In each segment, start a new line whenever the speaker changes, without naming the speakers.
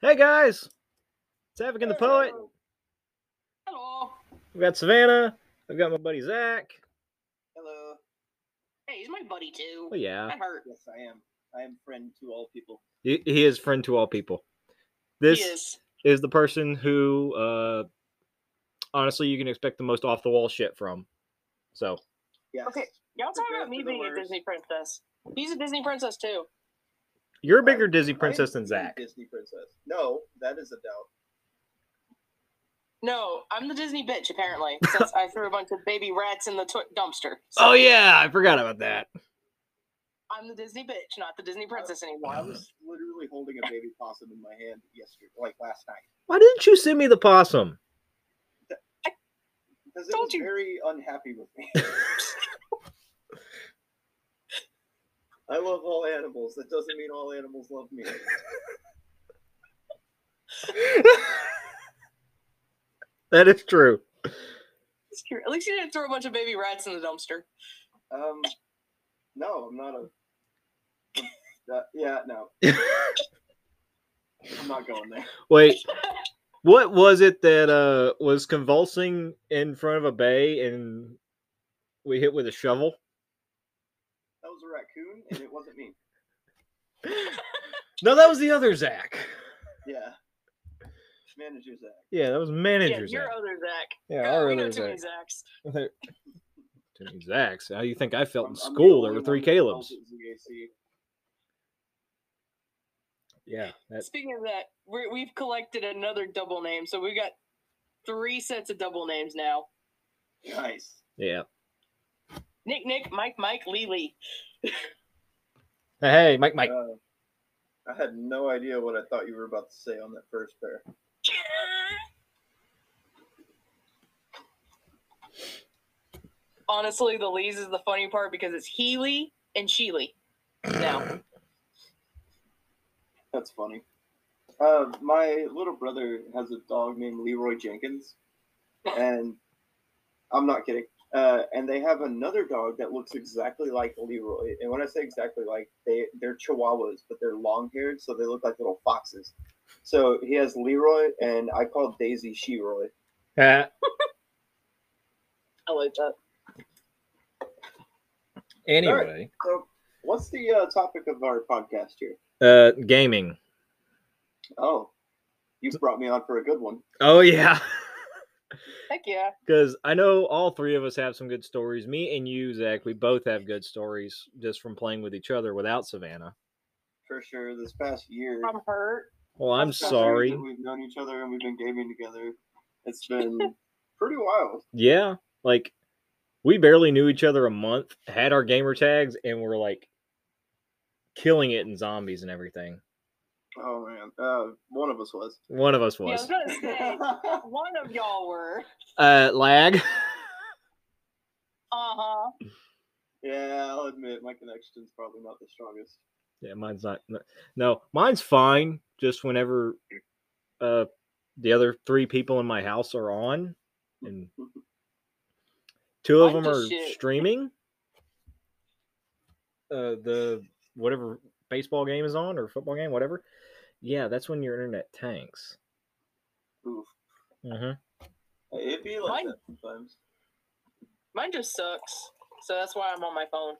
Hey guys, it's Havoc and the Poet.
Hello.
We've got Savannah. I've got my buddy Zach.
Hello.
Hey, he's my buddy too.
Oh yeah,
I hurt.
Yes, I am. I am friend to all people.
he, he is friend to all people.
He
This
is.
is the person who, uh, honestly, you can expect the most off the wall shit from. So
Yes.
Okay. Y'all talking
Prepare
about me
for the
being a
worst.
Disney princess. He's a Disney princess too.
you're a bigger Disney
I am
princess than
the
Zach.
Disney princess. No, that is a doubt.
No, I'm the Disney bitch apparently, since I threw a bunch of baby rats in the tw- dumpster. So
Oh yeah, I forgot about that.
I'm the Disney bitch, not the
Oh.
Disney princess anymore.
I was literally holding a baby possum in my hand yesterday, like last night.
Why didn't you send me the possum?
Because it
Told
was
you.
very unhappy with me. I love all animals. That doesn't mean all animals love me.
that is true.
It's cute. At least you didn't throw a bunch of baby rats in the dumpster.
Um, no, I'm not a. Uh, yeah, no, I'm not going there.
Wait, what was it that uh was convulsing in front of a bay and we hit with a shovel?
That was a raccoon, and it wasn't me.
No, that was the other Zach.
Yeah. Manager Zach.
Yeah, that was
Yeah,
manager Zach.
your other Zach.
Yeah,
God,
our
we know
other
too many
Zach.
Zachs.
Too many Zachs. How you think I felt
I'm-
in
I'm the
school? There
only
were
one
three
that calls
Caleb's.
it ZAC.
Yeah, that,
Speaking of that, we're, we've collected another double name, so we got three sets of double names now.
Nice.
yeah.
Nick, Nick, Mike, Mike, Lee, Lee.
Hey, Mike, Mike.
Uh, I had no idea what I thought you were about to say on that first pair.
Honestly, the Lee's is the funny part because it's Healy and Sheely. Now,
That's funny. Uh, my little brother has a dog named Leroy Jenkins, and I'm not kidding. Uh, and they have another dog that looks exactly like Leroy. And when I say exactly like, they they're Chihuahuas, but they're long haired, so they look like little foxes. So he has Leroy, and I call Daisy Sheroy.
Ah,
I like that.
anyway,
So, what's the uh, topic of our podcast here?
uh, gaming.
Oh, you brought me on for a good one.
Oh yeah,
Heck yeah.
because I know all three of us have some good stories. Me and you, Zach, we both have good stories just from playing with each other without Savannah.
For sure, this past year.
I'm hurt.
Well, I'm
this past year
sorry.
that We've known each other and we've been gaming together. It's been pretty wild.
Yeah, like we barely knew each other a month, had our gamer tags, and were like killing it in zombies and everything.
Oh, man. Uh, one of us was.
One of us
Yeah, I was
was
gonna say, one of y'all were.
uh, lag.
Uh huh.
yeah, I'll admit my connection's probably not the strongest.
yeah, mine's not. n- No, mine's fine. Just whenever uh, the other three people in my house are on, and two of
Mine
them
does
are
shit.
streaming. Uh, the whatever baseball game is on or football game, whatever. Yeah, that's when your internet tanks.
Oof.
Mm-hmm.
It'd be like
Mine-
that sometimes.
Mine just sucks. So that's why I'm on my phone,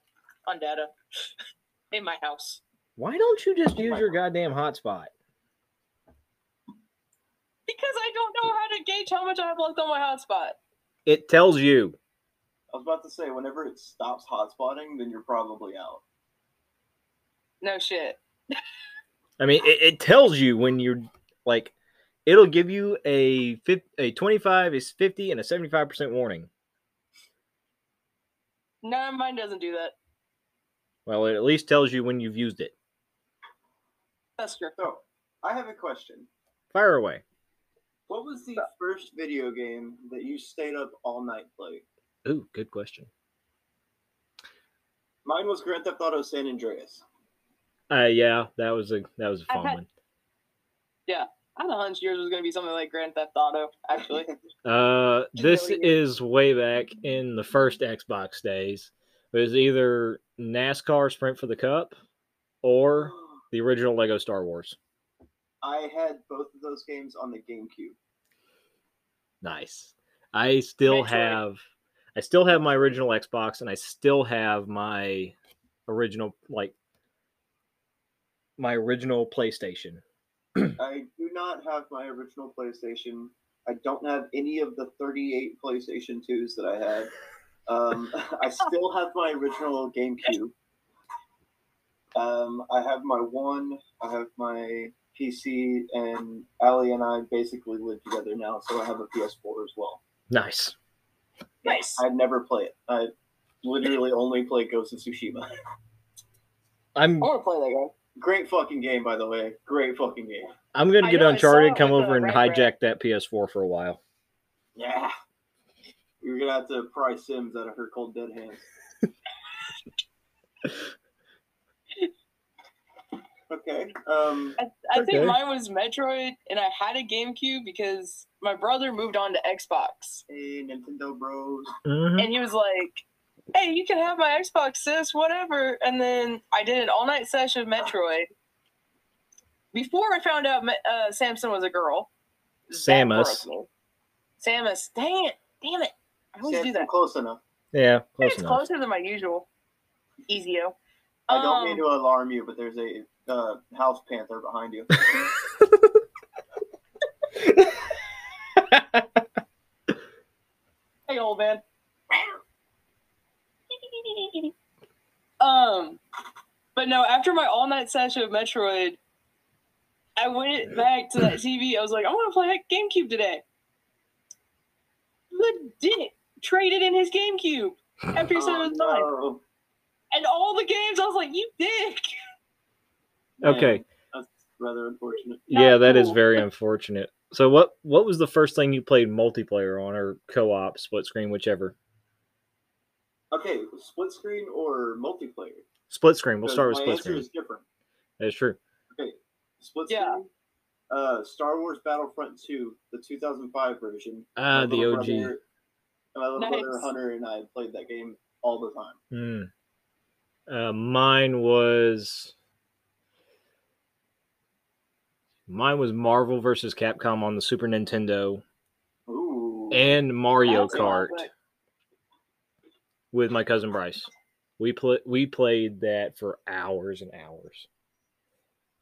on data, in my house.
Why don't you just
Oh
use
my
your goddamn hotspot?
Because I don't know how to gauge how much I have left on my hotspot.
It tells you.
I was about to say, whenever it stops hotspotting, then you're probably out.
No shit.
I mean, it, it tells you when you're like, it'll give you a fif- a twenty five, is fifty, and a seventy five percent warning.
No, mine doesn't do that.
Well, it at least tells you when you've used it.
That's true.
So, I have a question.
Fire away.
What was the first video game that you stayed up all night playing?
Ooh, good question.
Mine was Grand Theft Auto San Andreas.
Uh, yeah, that was a that was a
I've
fun
had-
one.
I had a hunch yours was going to be something like Grand Theft Auto, actually.
Uh,
Just
this
really good.
is way back in the first Xbox days. It was either NASCAR Sprint for the Cup or the original Lego Star Wars.
I had both of those games on the GameCube.
Nice. I still
Metroid.
have I still have my original Xbox and I still have my original like my original PlayStation.
I do not have my original PlayStation. I don't have any of the 38 PlayStation 2s that I had. Um, I still have my original GameCube. Um, I have my one. I have my PC, and Allie and I basically live together now, so I have a PS4 as well.
Nice.
Nice.
I never play it. I literally only play Ghost of Tsushima.
I'm
I want to play that game.
Great fucking game, by the way. Great fucking game.
I'm gonna
I
get
know, I saw
Uncharted,
it
come
with, uh,
over and
Red Red.
hijack that PS4 for a while.
Yeah. You're gonna have to pry Sims out of her cold dead hands. okay. Um.
I think
Okay.
mine was Metroid, and I had a GameCube because my brother moved on to Xbox,
Hey, Nintendo Bros.
Mhm.
and he was like, "Hey, you can have my Xbox, sis, whatever." And then I did an all-night session of Metroid. Before I found out Me- uh, Samson was a girl, That
Samus.
broke me. Samus, dang it, damn it! I always do
Samson,
that.
Close enough.
Yeah, close
it's
enough.
closer than my usual. Easyo.
I don't mean
Um,
to alarm you, but there's a uh, house panther behind you.
Hey, old man. um, but no, after my all night session of Metroid, I went back to that TV. I was like, I want to play that GameCube today. Legit traded in his GameCube after he said it was mine.
Oh,
And all the games, I was like, you dick.
no.
Okay.
Man, That's rather unfortunate.
Not
yeah, that is
cool.
very unfortunate. So what what was the first thing you played multiplayer on or co-op, split screen, whichever?
Okay, split screen or multiplayer?
Split screen. We'll
Because
start with
my
split
answer
screen.
is different.
That's true.
Split
Yeah.
screen. Uh, Star Wars Battlefront 2, the 2005 version.
Ah,
My
the
little
OG.
brother- My little brother
Nice.
Hunter and I played that game all the time.
Mm. Uh, mine was mine was Marvel versus Capcom on the Super Nintendo
Ooh.
and Mario
That's a lot,
Kart
but-
with my cousin Bryce. We play we played that for hours and hours.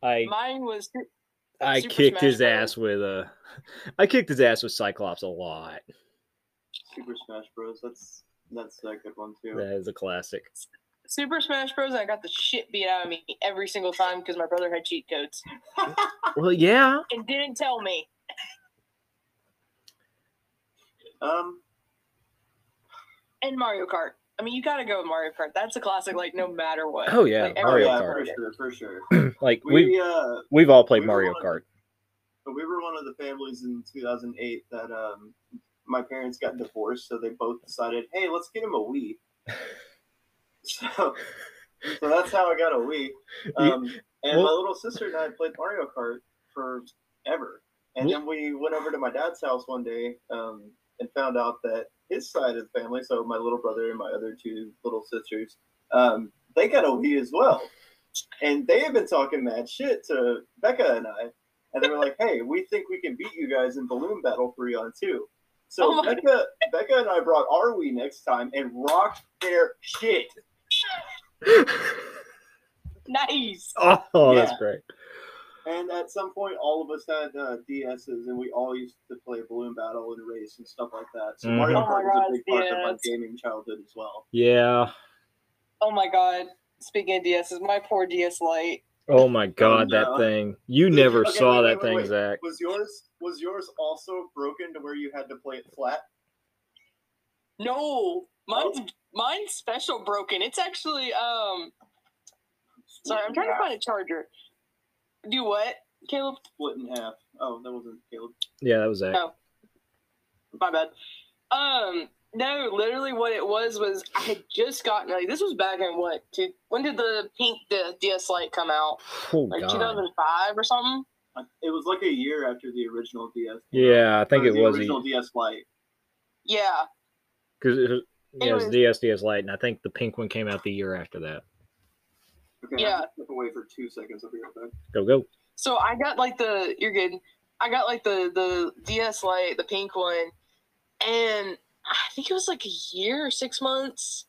I
Mine was. Super
I
Smash
kicked his
Bros.
ass with a I kicked his ass with Cyclops a lot.
Super Smash Bros. That's that's a good one too.
That is a classic.
Super Smash Bros. And I got the shit beat out of me every single time because my brother had cheat codes
Well, yeah.
and didn't tell me.
Um,
And Mario Kart. I mean, you gotta go with Mario Kart. That's a classic, like no matter what.
Oh, yeah,
Like,
oh
Mario
every-
yeah,
Kart.
for sure, for sure.
Like we
We uh,
we've all played
we were
Mario
on-
Kart.
we were one of the families in 2008 that um, my parents got divorced, so they both decided, hey, let's get him a Wii. so, so that's how I got a Wii. Um, and my
well-
little sister and I played Mario Kart forever. And
Well-
then we went over to my dad's house one day um, and found out that his side of the family, so my little brother and my other two little sisters, um, they got a Wii as well. And they had been talking mad shit to Becca and I. And they were like, hey, we think we can beat you guys in Balloon Battle 3 on 2. So
Oh my-
Becca, Becca and I brought our Wii next time and rocked their shit.
Nice.
Oh, that's
Yeah.
great.
And at some point, all of us had uh, DSs, and we all used to play Balloon Battle and Race and stuff like that. So
Mhm.
Mario
Oh my
Kart was a
God,
big part of my
DS.
gaming childhood as well.
Yeah.
Oh my god. Speaking of DS, is my poor DS Lite.
Oh my god,
no.
that thing. You never
Okay,
saw
wait,
that
wait,
thing,
wait, wait.
Zach.
Was yours was yours also broken to where you had to play it flat?
No, mine's mine's special broken. It's actually um. Sorry, I'm trying to find a charger. Do what, Caleb?
Split in half. Oh, that wasn't Caleb.
Yeah, that was Zach.
No. My bad. Um, no, literally, what it was was I had just gotten like this was back in what? Two, when did the pink D- DS Lite come out?
Oh
Like
god.
2005 or something.
I- It was like a year after the original DS. came out.
Yeah, I think
Or
it
the
was
original DS Lite.
Yeah.
because it was, yeah, it was
Anyways.
DSDS Lite, and I think the pink one came out the year after that.
Okay,
Yeah.
I'll step away for two seconds. I'll be right back.
Go go.
So I got like the you're good. I got like the the DS Lite, the pink one, and I think it was like a year or six months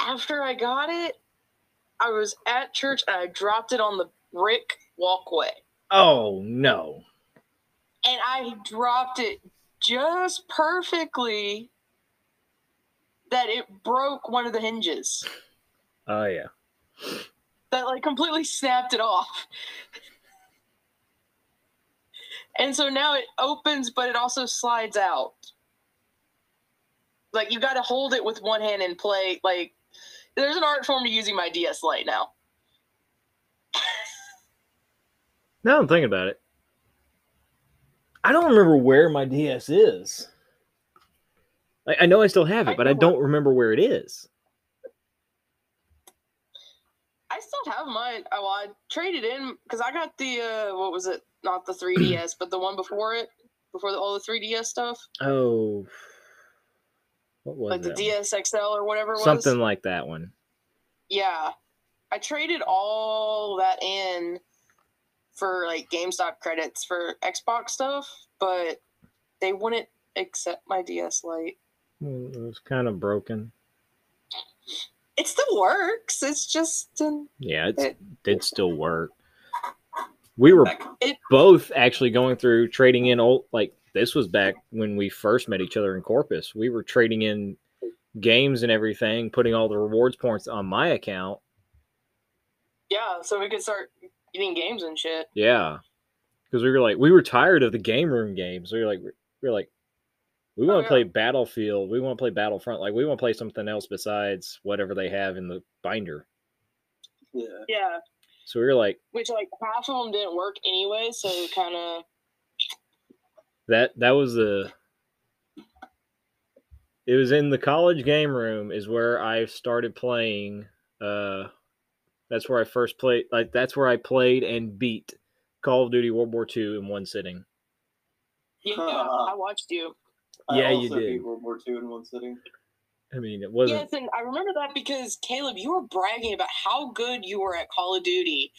after I got it. I was at church and I dropped it on the brick walkway,
Oh no.
and I dropped it just perfectly that it broke one of the hinges.
Oh yeah.
that like completely snapped it off. and so now it opens, but it also slides out. Like you got to hold it with one hand and play. Like there's an art form to using my DS Lite now.
Now I'm thinking about it. I don't remember where my DS is. I, I know I still have it, but I don't remember where it is.
I still have mine. Oh, I traded in because I got the uh, what was it? Not the 3DS, but the one before it, before the, all the 3DS stuff,
Oh, what was
like the
that one?
DS XL or whatever it was.
Something like that one.
Yeah. I traded all that in for like GameStop credits for Xbox stuff, but they wouldn't accept my DS Lite.
Mm, It was kind of broken.
It still works. It's just um,
Yeah, it's, it did still work. We were
it
both actually going through trading in old like this was back when we first met each other in Corpus. We were trading in games and everything, putting all the rewards points on my account.
yeah, so we could start getting games and shit.
Yeah. Cuz we were like we were tired of the game room games. We were like we were like we want to
Oh, yeah.
play Battlefield. We want to play Battlefront. Like we want to play something else besides whatever they have in the binder.
Yeah.
Yeah.
So we were like
Which like half of them didn't work anyway, so kind of
that that was the it was in the college game room is where i started playing uh that's where i first played like that's where i played and beat call of duty world war ii in one sitting
yeah,
Huh.
I watched you.
Yeah,
I
you
also
did.
beat World War II in one sitting.
i mean it wasn't
Yes, and I remember that because Caleb, you were bragging about how good you were at Call of Duty,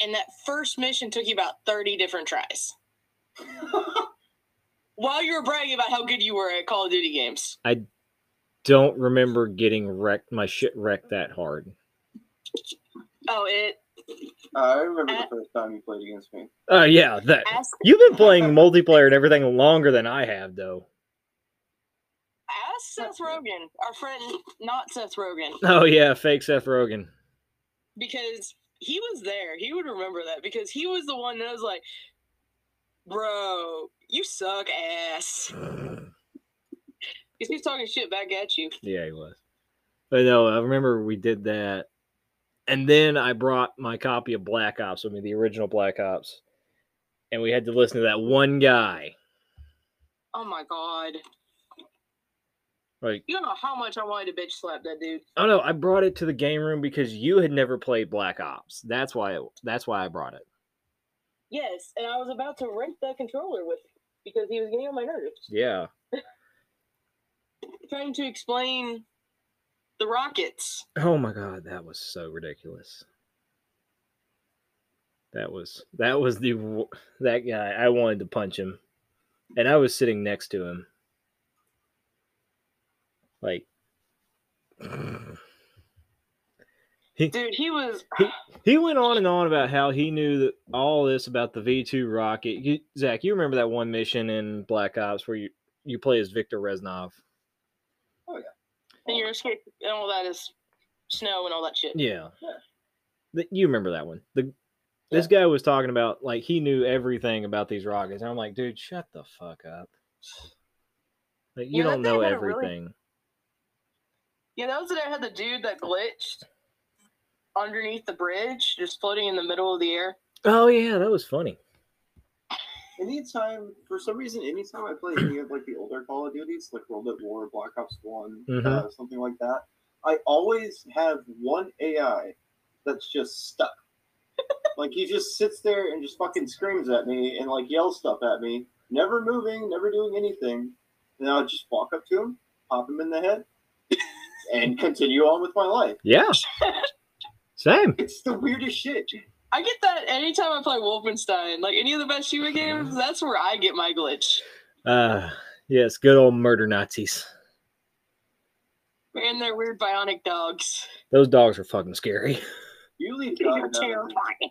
and that first mission took you about thirty different tries. While you were bragging about how good you were at Call of Duty games,
don't remember getting wrecked my shit wrecked that hard
oh, it
I remember the first time you played against me.
oh yeah that
ask
you've been playing multiplayer and everything longer than i have though
ask Seth Rogen, our friend, not Seth Rogen,
oh yeah fake seth rogen
because he was there. He would remember that because he was the one that was like, "Bro, you suck ass." Because he was talking shit back at you.
Yeah, he was. But no, I remember we did that. And then I brought my copy of Black Ops, I mean the original Black Ops. And we had to listen to that one guy.
Oh my god.
Like,
You don't know how much I wanted to bitch slap that dude.
oh no, I brought it to the game room because you had never played Black Ops. That's why that's why I brought it.
Yes, and I was about to rent the controller with him because he was getting on my nerves.
Yeah.
Trying to explain the rockets.
Oh my god, that was so ridiculous. That was that was the wo- that guy. I wanted to punch him, and I was sitting next to him. Like
Dude, he was
he went on and on about how he knew that all this about the V two rocket. You, Zach, you remember that one mission in Black Ops where you you play as Victor Reznov?
and your escape and all that is snow and all that shit.
Yeah.
Yeah.
Th- You remember that one. The this guy was talking about like he knew everything about these rockets. And I'm like, dude, shut the fuck up. Like you
Yeah, that
don't
thing
know
had a really-
everything.
Yeah, that was the day I had the dude that glitched underneath the bridge, just floating in the middle of the air.
Oh yeah, that was funny.
Anytime, for some reason, anytime I play any of like the older Call of Duties, like World at War, Black Ops One, uh,
Mhm.
something like that, I always have one AI that's just stuck. like he just sits there and just fucking screams at me and like yells stuff at me, never moving, never doing anything. And I'll just walk up to him, pop him in the head, and continue on with my life.
Yeah. Same.
It's the weirdest shit.
I I get that anytime I play Wolfenstein, like any of the Bathsheba games. That's where I get my glitch.
Uh, yes, good old murder Nazis.
And their weird bionic dogs.
Those dogs are fucking scary.
You leave God
They're
out of it.
terrifying.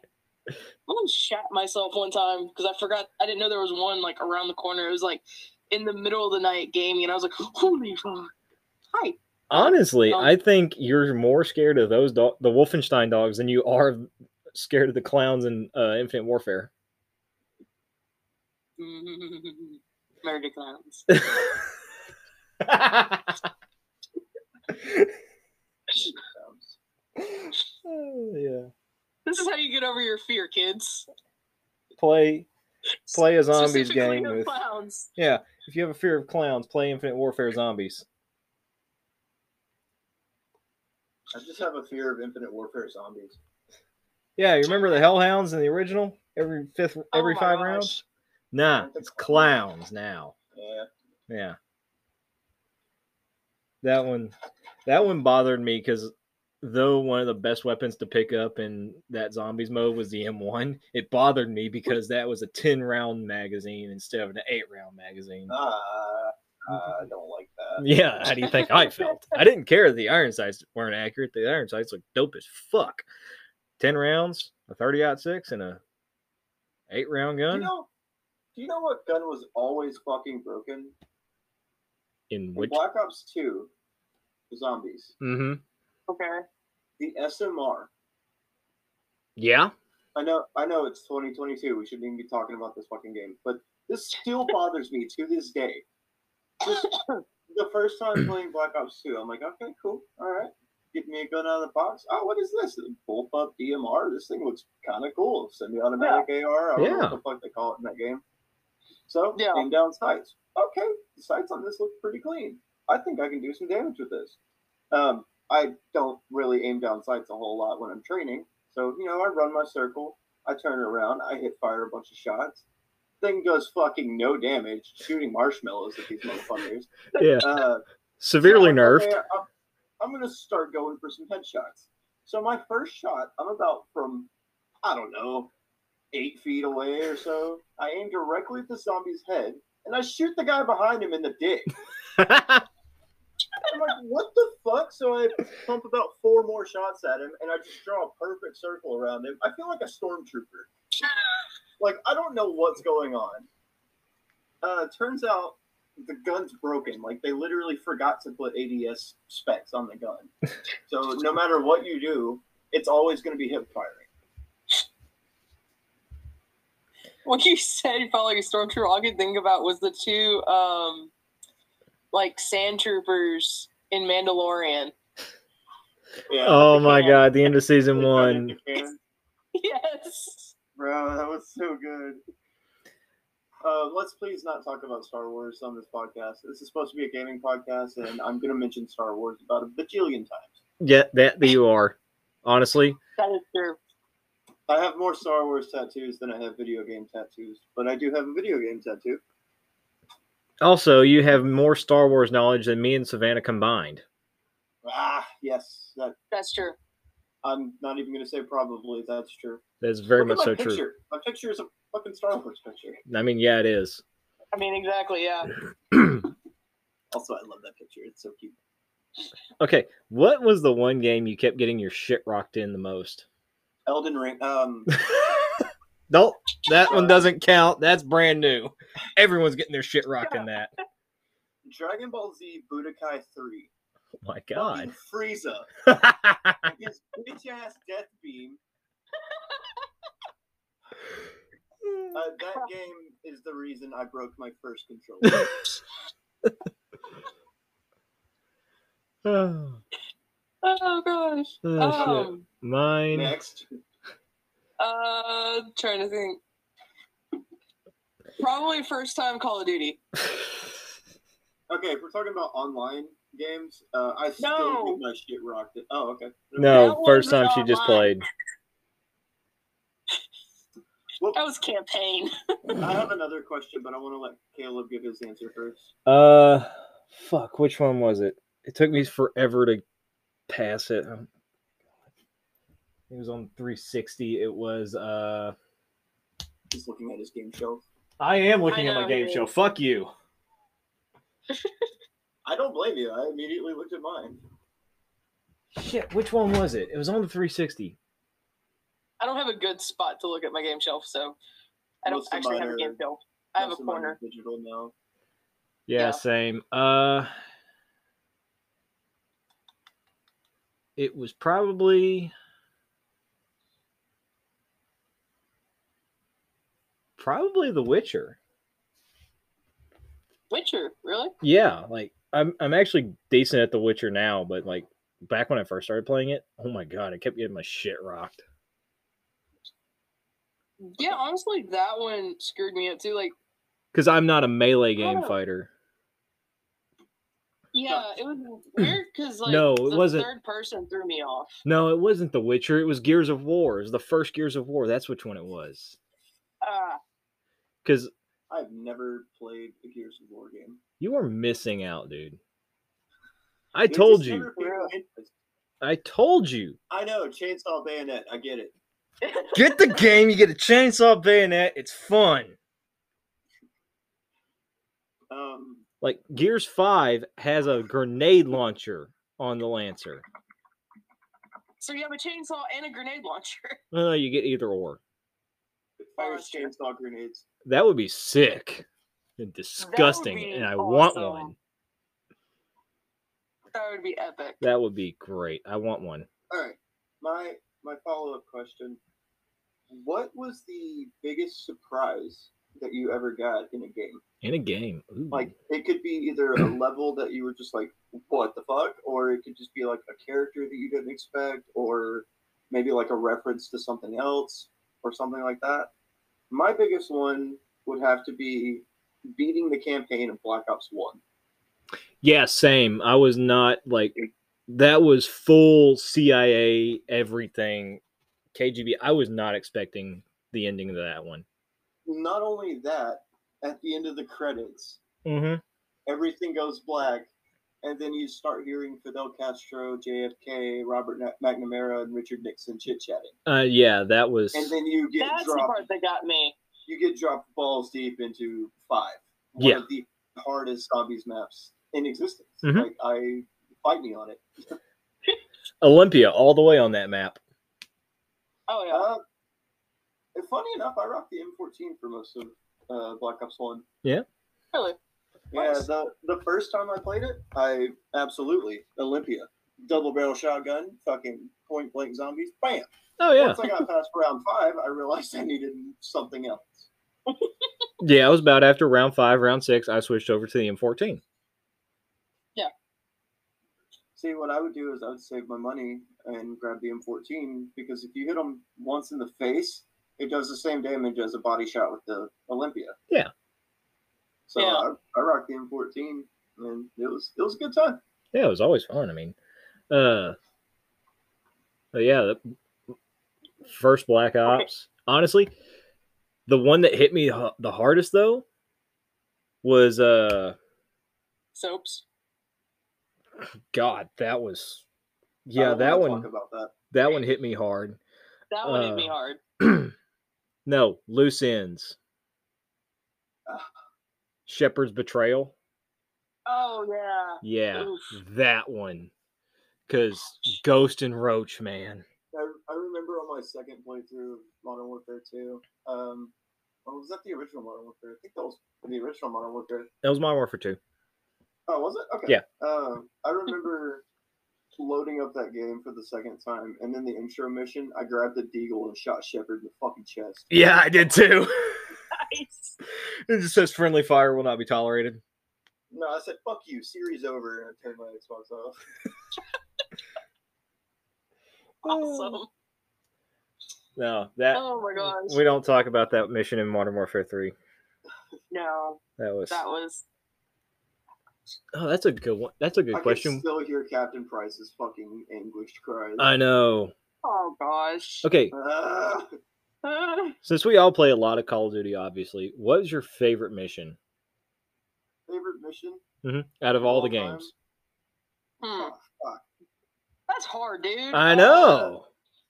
I almost shat myself one time because I forgot. I didn't know there was one like around the corner. It was like in the middle of the night gaming, and I was like, "Holy fuck!" Hi.
Honestly,
Um,
I think you're more scared of those do- the Wolfenstein dogs than you are scared of the clowns in uh, Infinite Warfare.
Murder clowns.
Oh, yeah.
This is how you get over your fear, kids.
Play play a zombies
Specifically
game
the
with
clowns.
Yeah, if you have a fear of clowns, play Infinite Warfare Zombies.
I just have a fear of infinite warfare zombies.
Yeah, you remember the Hellhounds in the original? Every fifth every
Oh my
five
gosh.
rounds? Nah, it's clowns now.
Yeah.
Yeah. That one that one bothered me because though one of the best weapons to pick up in that zombies mode was the M1, it bothered me because that was a 10 round magazine instead of an 8 round magazine.
Ah, I don't like that.
Yeah, how do you think I felt? I didn't care that the iron sights weren't accurate. The iron sights look dope as fuck. Ten rounds, a thirty out six, and a eight round
Do
gun
you know? Do you know what gun was always fucking broken?
in
In
which.
Black Ops Two, the zombies,
Mm-hmm.
Okay.
the SMR.
Yeah.
I know, I know, it's 2022. We shouldn't even be talking about this fucking game, but this still bothers me to this day. This, the first time playing Black Ops 2, I'm like, okay, cool, all right. Give me a gun out of the box. Oh, what is this? A Bullpup DMR. This thing looks kind of cool. Semi-automatic AR. I don't know
Yeah.
what the fuck they call it in that game. So,
Yeah.
came down sights. Okay, the sights on this look pretty clean. I think I can do some damage with this. Um, I don't really aim down sights a whole lot when I'm training. So, you know, I run my circle, I turn around, I hit fire a bunch of shots. Thing does fucking no damage, shooting marshmallows at these motherfuckers.
Yeah.
Uh,
Severely
so I'm like,
nerfed.
"Okay, I'm, I'm gonna start going for some headshots. So my first shot, I'm about from, I don't know, eight feet away or so. I aim directly at the zombie's head, and I shoot the guy behind him in the dick. I'm like, what the fuck? So I pump about four more shots at him, and I just draw a perfect circle around him. I feel like a stormtrooper. like I don't know what's going on. Uh, turns out the gun's broken. Like they literally forgot to put ADS specs on the gun. So no matter what you do, it's always going to be hip firing.
When you said following a stormtrooper, all I could think about was the two um like sand troopers in Mandalorian.
Yeah.
oh my god, the end of season one.
Yes.
Bro, that was so good. Uh, let's please not talk about Star Wars on this podcast. This is supposed to be a gaming podcast, and I'm going to mention Star Wars about a bajillion times.
Yeah, that that you are. Honestly.
That is true.
I have more Star Wars tattoos than I have video game tattoos, but I do have a video game tattoo.
Also, you have more Star Wars knowledge than me and Savannah combined.
Ah, yes, that
That's true.
I'm not even going to say probably. That's true.
That's very
Look at
much so
my picture.
true.
My picture is a fucking Star Wars picture.
I mean, yeah, it is.
I mean, exactly. Yeah.
Also, I love that picture. It's so cute.
okay, what was the one game you kept getting your shit rocked in the most?
Elden Ring. Um,
Nope, that one doesn't count. That's brand new. Everyone's getting their shit rocked in that. Oh
Dragon Ball Z Budokai Three.
Oh my god.
Fucking Frieza. his bitch ass death beam. Uh, that game is the reason I broke my first controller.
oh,
Oh gosh.
Oh,
shit.
um.
Mine.
Next,
Uh. Trying to think. Probably first time Call of Duty.
okay, if we're talking about online games, uh, I still
No.
get my shit rocked. Oh, okay.
That
No, first
one's
time she just
online.
played.
That was campaign.
I have another question, but I want to let Caleb give his answer first.
Uh, fuck. Which one was it? It took me forever to pass it. Um, It was on 360. It was uh
He's looking at his game shelf.
I am looking
I
at my
know,
game
right?
show. Fuck you.
I don't blame you. I immediately looked at mine.
Shit, which one was it? It was on the 360.
I don't have a good spot to look at my game shelf, so I don't
Most of
actually
mine
have a game
are-
shelf. I have a
Most of mine
corner.
are Digital now.
Yeah,
Yeah.
same. Uh It was probably probably The Witcher.
Witcher, really?
Yeah, like I'm I'm actually decent at The Witcher now, but like back when I first started playing it, oh my god, I kept getting my shit rocked.
Yeah, honestly, that one screwed me up too. Like,
Cuz I'm not a melee game
Oh.
fighter.
yeah, it was weird because like
No, it
the
wasn't.
third person threw me off.
No, it wasn't The Witcher, it was Gears of War. It was the first Gears of War. That's which one it was.
Uh,
Cuz
I've never played a Gears of War game.
you are missing out, dude. I
It
told
just
you.
never piqued my interest.
I told you.
I know chainsaw bayonet. I get it.
Get the game, you get a chainsaw bayonet, it's fun.
Um,
Like Gears 5 has a grenade launcher on the Lancer.
so you have a chainsaw and a grenade launcher.
No, you get either or.
it fires
that's true.
chainsaw grenades.
That would be sick and disgusting,
be
and I want
awesome.
one.
That would be epic.
That would be great. I want one.
All right. My my follow up question: What was the biggest surprise that you ever got in a game?
In a game. Ooh.
Like it could be either a level that you were just like, "What the fuck," or it could just be like a character that you didn't expect, or maybe like a reference to something else or something like that. My biggest one would have to be beating the campaign of Black Ops One.
Yeah, same. I was not like that was full CIA everything KGB. I was not expecting the ending of that one.
Not only that, at the end of the credits,
Mm-hmm.
everything goes black, and then you start hearing Fidel Castro, JFK, Robert Na- McNamara, and Richard Nixon chit chatting,
Uh, yeah, that was.
and then you get
That's the
dropped.
part that got me.
You get dropped balls deep into five. One
Yeah.
of the hardest zombies maps in existence.
Mhm.
Like I fight me on it.
Olympia all the way on that map.
Oh yeah.
Uh, and funny enough, I rocked the M14 for most of uh, Black Ops One.
Really?
Yeah, the the first time I played it, I absolutely Olympia, double barrel shotgun, fucking point blank zombies, bam.
Oh yeah,
Once I got past round five, I realized I needed something else.
yeah. It was about after round five, round six. I switched over to the M14.
See, what I would do is I would save my money and grab the M14 because if you hit them once in the face, it does the same damage as a body shot with the Olympia.
Yeah.
So
Yeah.
I, I rocked the M14, and it was it was a good time.
Yeah, it was always fun. I mean, uh, but yeah, the first Black Ops. Honestly, the one that hit me h- the hardest though was uh,
Soaps.
God, that was,
I
yeah,
don't
that
wanna Talk
one,
about that.
that one hit me hard.
That one hit me
Uh,
hard.
no, loose ends.
Ah.
Shepherd's betrayal.
Oh yeah.
Yeah,
Oof.
that one. Cause Ghost and Roach, man.
I, I remember on my second playthrough of Modern Warfare 2. Um, or was that the original Modern Warfare? I think that was the original Modern Warfare.
That was my Warfare too.
Oh, was it? Okay. Yeah. Um, I remember loading up that game for the second time, and then the intro mission, I grabbed the deagle and shot Shepard in the fucking chest.
Yeah, I did too.
Nice.
It just says friendly fire will not be tolerated.
No, I said, fuck you, series over, and I turned my Xbox off.
Uh,
Awesome.
No, that
Oh my gosh.
we don't talk about that mission in Modern Warfare Three.
No,
That was
that was
oh, that's a good one. That's a good
I
question.
can still hear Captain Price's fucking anguished cries.
I know.
Oh gosh.
Okay,
Ah,
Uh,
since we all play a lot of Call of Duty, obviously, what is your favorite mission
favorite mission?
hmm out of all the
All time?
games?
hmm.
fuck.
That's hard, dude.
I know.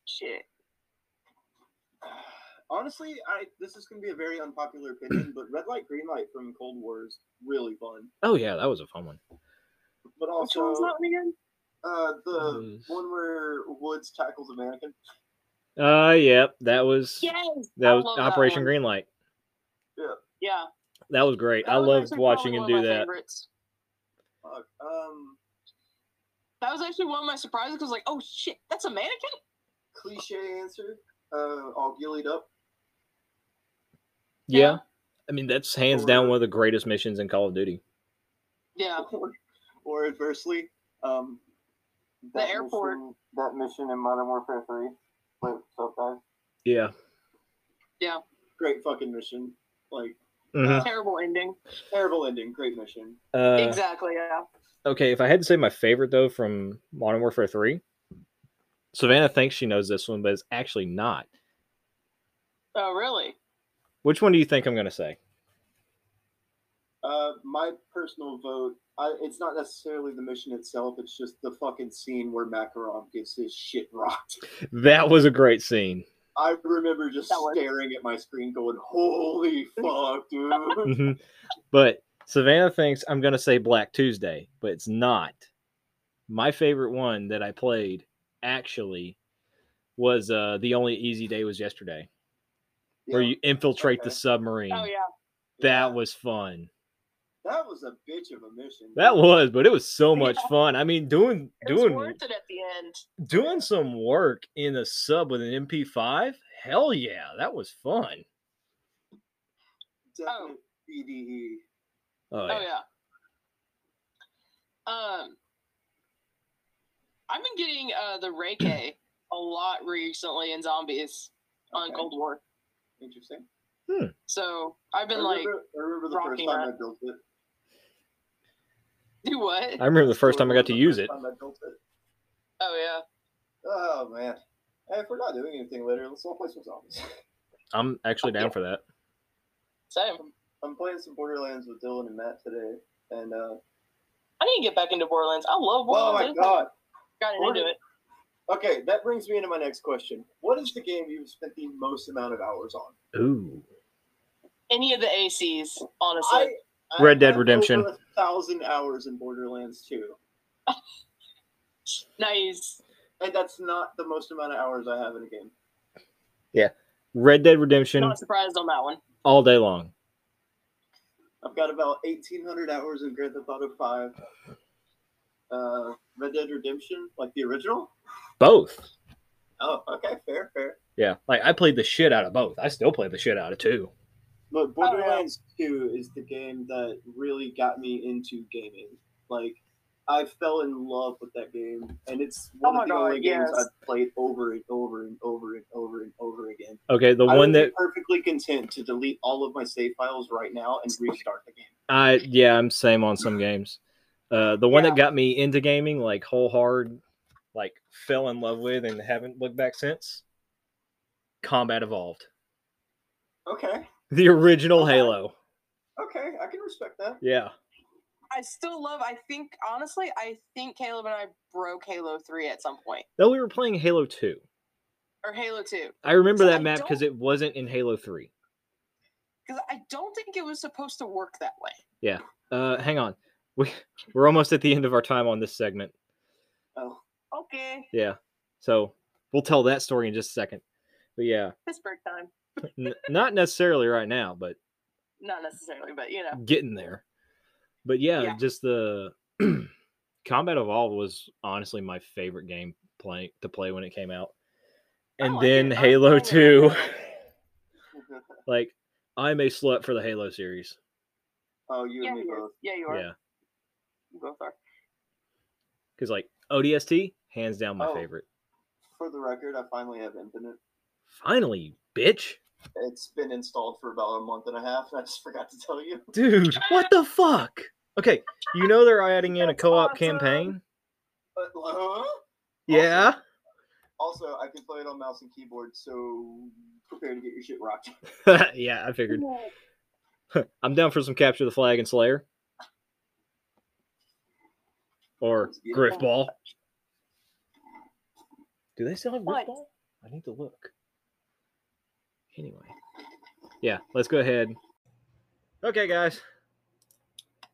Shit.
Honestly, I this is going to be a very unpopular opinion, but Red Light Green Light from Cold War is really fun.
Oh yeah, that was a fun one.
But
Which
also,
one's that one again?
uh, the
Those-
one where Woods tackles a mannequin.
Uh, yep, that was
Yes.
that
I
was
love
Operation
one.
Greenlight.
Yeah.
That was great.
That
I
was
loved
actually
watching him
probably one of
do
my
that.
favorites.
Fuck. Um,
That was actually one of my surprises because, like, oh shit, that's a mannequin.
cliche answer. Uh, all gillied up.
Yeah.
Yeah, I mean that's hands down
Or-
one of the greatest missions in Call of Duty.
Yeah.
or, or adversely, um,
The
that
airport.
mission- that mission in Modern Warfare Three. Wait, so bad.
Yeah.
Great fucking mission. Like
Mhm.
Terrible ending.
terrible ending. Great mission.
Uh,
exactly. Yeah.
okay, if I had to say my favorite though from Modern Warfare 3, Savannah thinks she knows this one, but it's actually not.
Oh really?
Which one do you think I'm gonna say?
Uh, my personal vote. I, it's not necessarily the mission itself. It's just the fucking scene where Makarov gets his shit rocked.
That was a great scene.
I remember just
That was-
staring at my screen, going, "Holy fuck, dude!"
Mhm. but Savannah thinks I'm gonna say Black Tuesday, but it's not. My favorite one that I played actually was uh the only easy day was yesterday, where
Yeah.
you infiltrate the
Okay.
submarine.
Oh yeah.
That was fun.
that was a bitch of a mission.
That was, but it was so
Yeah.
much fun. I mean, doing
It was
doing
worth it at the end.
doing some work in a sub with an MP5. Hell yeah, that was fun.
definite BDE.
Oh,
Oh
yeah.
yeah. Um, I've been getting uh the Reiki a lot recently in zombies on
Okay.
Cold War.
Interesting.
So I've
I
been like,
remember, I remember the first
rocking
time
that.
I built it.
do what?
I remember the first
I
time I got to
remember the
use
first
it.
time I built it.
Oh
Oh man. Hey, if we're not doing anything later, let's all play some zombies.
I'm actually down for that.
yeah. Same.
I'm playing some Borderlands with Dylan and Matt today, and uh,
I need to get back into Borderlands. I love
oh my
Borderlands.
god.
Got into it.
Okay, that brings me into my next question. What is the game you've spent the most amount of hours on?
Ooh.
Any of the ACs, honestly.
Red Dead
have
Redemption.
Over a thousand hours in Borderlands 2,
nice.
and that's not the most amount of hours I have in a game.
Red Dead Redemption
Not surprised on that one.
all day long.
I've got about 1,800 hours in Grand Theft Auto 5. Uh, Red Dead Redemption, like the original?
Both.
Oh, okay, fair, fair.
Yeah. Like I played the shit out of both. I still play the shit out of two.
But
Oh,
Borderlands 2 is the game that really got me into gaming. Like, I fell in love with that game, and it's
Oh
one
my
of the
God,
only games
yes.
I've played over and over and over and over and over again.
Okay, the
I
one
would be
that
perfectly content to delete all of my save files right now and restart the game.
I yeah, I'm same on some games. Uh the one
Yeah.
that got me into gaming like whole hard like fell in love with and haven't looked back since. Combat Evolved.
Okay,
The original
Okay.
Halo.
okay, I can respect that.
Yeah.
I still love, I think, honestly, I think Caleb and I broke Halo 3 at some point,
No, we were playing Halo 2.
or Halo 2.
I remember
So I
that map because it wasn't in Halo 3.
because I don't think it was supposed to work that way.
Uh hang on. We we're almost at the end of our time on this segment.
Oh,
Okay,
Yeah. So we'll tell that story in just a second. But yeah,
Pittsburgh time,
n- not necessarily right now, but
not necessarily, but you know,
getting there. But yeah,
Yeah.
just the Combat Evolved was honestly my favorite game play to play when it came out.
Oh, I
And
like
then
it. I
Halo
like it a
2.
lot.
like I'm a slut for the Halo series.
oh, you
yeah,
and me
you
both.
are. yeah, you are.
Yeah.
You both are.
Cuz like ODST hands down my
Oh.
favorite.
For the record, I finally have Infinite.
Finally, you bitch.
It's been installed for about a month and a half, and I just forgot to tell you.
Dude, what the fuck? Okay, you know they're adding in a
That's
co-op
awesome.
campaign?
But, huh?
Yeah.
Also, I can play it on mouse and keyboard, so prepare to get your shit rocked.
yeah, I figured.
Yeah.
I'm down for some capture the flag and Slayer. Or
Let's get it.
Griffball. Do they still have
What?
Griffball? I need to look. Anyway, yeah, let's go ahead. Okay, guys.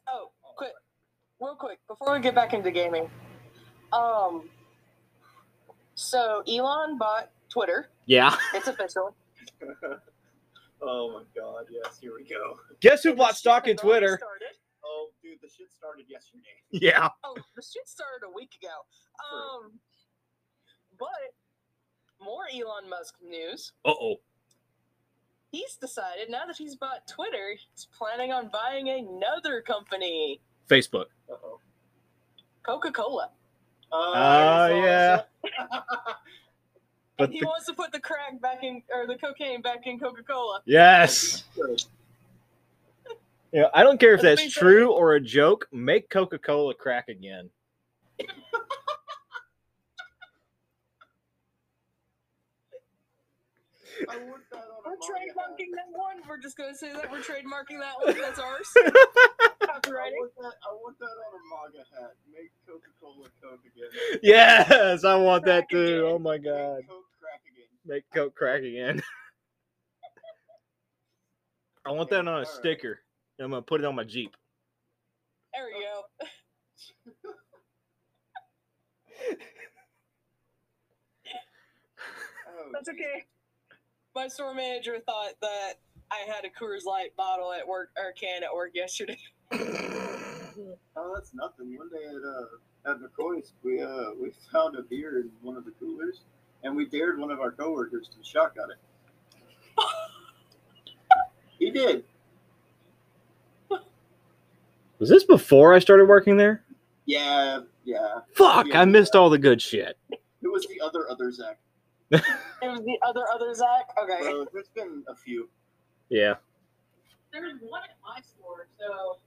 Oh, quick, real quick, before we get back into gaming. Um, so Elon bought Twitter.
Yeah.
It's official.
oh my god, yes, here we go.
Guess who bought stock in Twitter?
Started.
Oh, dude, the shit started yesterday.
Yeah.
Oh, the shit started a week ago. Um, but more Elon Musk news.
Uh oh.
He's decided now that he's bought Twitter, he's planning on buying another company,
Facebook.
Uh-oh.
Coca Cola.
Uh,
Ah,
I saw
yeah.
that.
But
he
the-
wants to put the crack back in, or the cocaine back in Coca Cola.
yes.
Good.
You know, I don't care if
That's
that's
what they
true or a joke. Make Coca Cola crack again.
I want that on a
We're
manga hat.
trademarking that one. We're just gonna say that we're trademarking that one. That's ours.
I
Copyrighting.
want that. I want that on a MAGA hat. Make Coca-Cola Coke again.
Yes, I want that
Crack
too.
again.
Oh my
Make
god.
Coke crack again.
Make Coke crack again. I want that on a sticker. and I'm gonna put it on my Jeep.
There we go.
Oh,
That's
geez.
okay. My store manager thought that I had a Coors Light bottle at work or can at work yesterday.
Oh, that's nothing. One day at uh, at McCoy's, we uh we found a beer in one of the coolers, and we dared one of our coworkers to shotgun it. he did.
Was this before I started working there?
Yeah, yeah.
Fuck,
Yeah.
I missed all the good shit.
It was the other other Zach.
It was the other other Zach. Okay.
Bro, there's been a few.
Yeah.
There's one at my store, so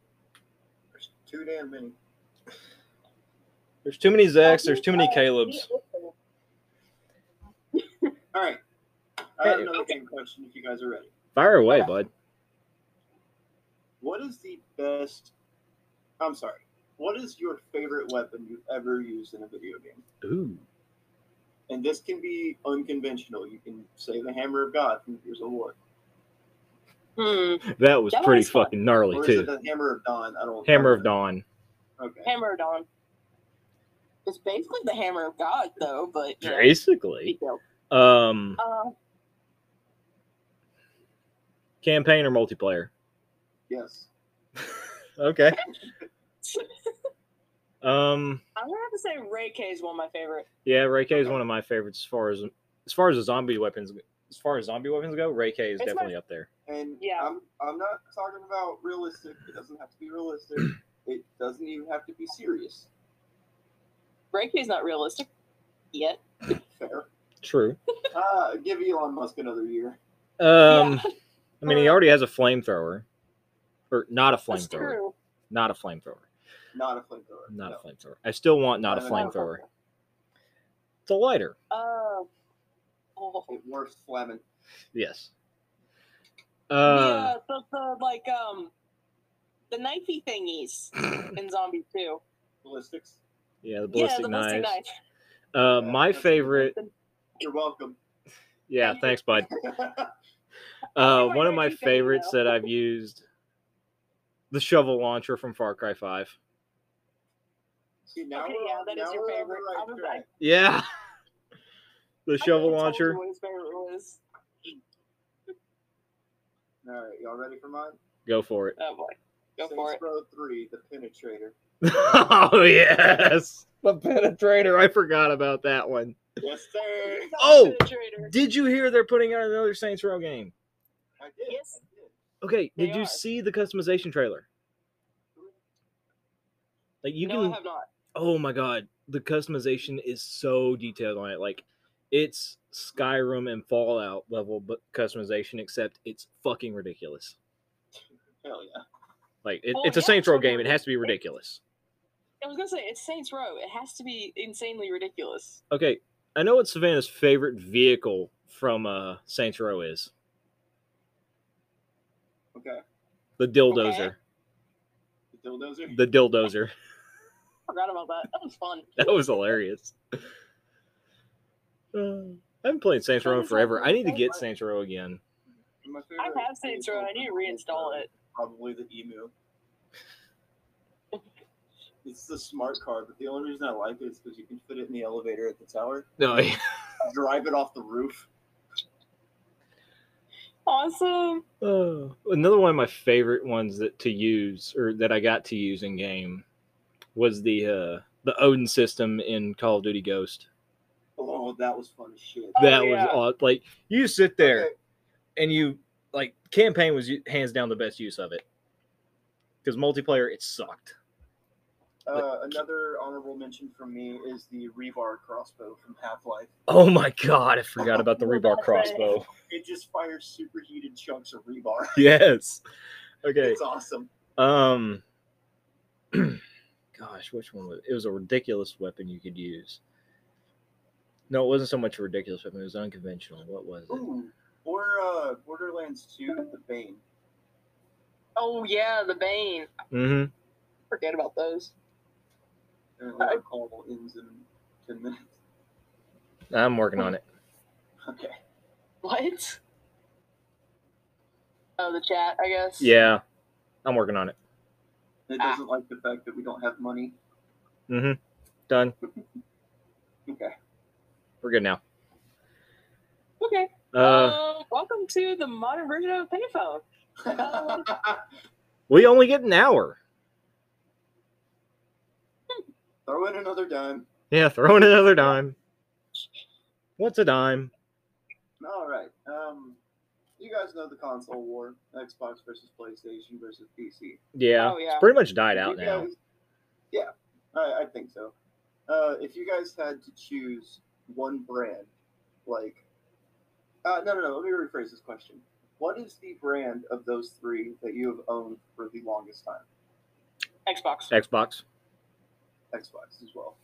There's too damn many.
There's too many Zachs, there's too many Calebs.
All right. I have
Hey.
another game question if you guys are ready.
Fire away, bud.
What is the best? I'm sorry. What is your favorite weapon you've ever used in a video game?
Ooh.
And this can be unconventional. You can say the hammer of God from Gears of War,
Hmm.
That was
That
pretty
was fun.
fucking gnarly
or is it
too.
the hammer of Dawn? I don't.
Hammer of Dawn.
Okay.
Hammered on. It's basically the hammer of God, though. But you know,
Basically. Um
Uh,
campaign or multiplayer.
Yes.
Okay. Um
I'm gonna have to say Ray K is one of my favorite.
yeah, Ray K is one of my favorites as far as as far as the zombie weapons as far as zombie weapons go, Ray K is
It's my-
definitely up there.
And
Yeah.
I'm I'm not talking about realistic. It doesn't have to be realistic. it doesn't even have to be serious.
Ray K is not realistic yet.
Fair.
True.
Uh, give Elon Musk another year.
Um
Yeah. Uh,
I mean he already has a flamethrower. Or not a
That's
flamethrower.
true.
Not a flamethrower.
Not a flamethrower.
Not
no.
a flamethrower. I still want not a
No, no, no.
flamethrower. It's a lighter.
Uh, oh.
It works flamming.
Yes.
The,
Uh
uh, the, the like um the knifey thingies in Zombie Two.
Ballistics.
yeah, the
Yeah,
ballistic
the
knives.
ballistic knife.
Uh,
Yeah,
my
that's-
favorite.
You're welcome.
Yeah,
Thank you.
thanks, bud.
I
Uh,
see what
one of
you're
my
doing
favorites
now.
that I've used, the shovel launcher from Far Cry Five.
See, now
okay,
we're
yeah,
on-
that
now
is your
we're on the
favorite.
right
I was- I-
track.
Yeah, the
I
shovel
already told
launcher.
you What his favorite was.
All right, y'all ready for mine?
Go for it.
Oh boy, go
Saints
for it.
Row Three, The Penetrator.
oh yes, the penetrator. I forgot about that one.
Yes, sir.
Oh!
Penetrator.
Did you hear they're putting out another Saints Row game?
I did.
Yes.
I did.
Okay,
They
did you
are.
see the customization trailer? Like you
no,
can
I have not.
oh my god the customization is so detailed on it like it's skyrim and fallout level but customization except it's fucking ridiculous
Hell yeah.
like it,
Well,
it's a
yeah,
saints row
sure.
game it has to be ridiculous
I was gonna say it's Saints Row. It has to be insanely ridiculous.
okay i know what savannah's favorite vehicle from uh saints row is
Okay.
the dildozer
The dildozer.
the dildozer
Forgot about that. That was fun.
that was hilarious Uh, I haven't played Saints Row in
Sounds like
forever. I need to
so
get
much-
Saints Row again.
My
I
favorite
have Saints Row. I need to reinstall it.
Probably the emu. It's the smart car, but the only reason I like it is because you can fit it in the elevator at the tower,
No,
drive it off the roof.
Awesome.
Uh, another one of my favorite ones that to use or that I got to use in game was the uh, the Odin system in Call of Duty Ghost.
Oh, that was fun as shit.
Oh,
That
yeah.
was aw- like you sit there
Okay,
and you like campaign was u- hands down the best use of it because multiplayer it sucked.
Uh, another honorable mention from me is the Revar crossbow from Half Life.
Oh my god, I forgot about the rebar
That's
crossbow.
It just fires superheated chunks of rebar.
Yes. Okay.
It's awesome.
Um. gosh, which one was it? was a ridiculous weapon you could use. No, it wasn't so much a ridiculous weapon. It was unconventional. What was it?
Ooh, or uh, Borderlands 2, the Bane.
Oh yeah, the Bane.
Mm-hmm.
Forget about those.
And another call ends in 10 minutes.
I'm working on it.
Okay.
What? Oh, the chat, I guess.
Yeah, I'm working on it.
It doesn't like the fact that we don't have money.
Mm-hmm. Done.
Okay.
We're good now.
Okay.
Uh,
um, welcome to the modern version of a payphone.
we only get an hour.
Throw in another dime.
Yeah, throw in another dime. What's a dime?
All right. Um, you guys know the console war: Xbox versus PlayStation versus PC.
Yeah,
Oh, yeah.
it's pretty much died
If
out
you
now.
guys- yeah, I, I think so. Uh, if you guys had to choose one brand, like, uh, no, no, no. Let me rephrase this question. What is the brand of those three that you have owned for the longest time?
Xbox.
Xbox.
Xbox as well.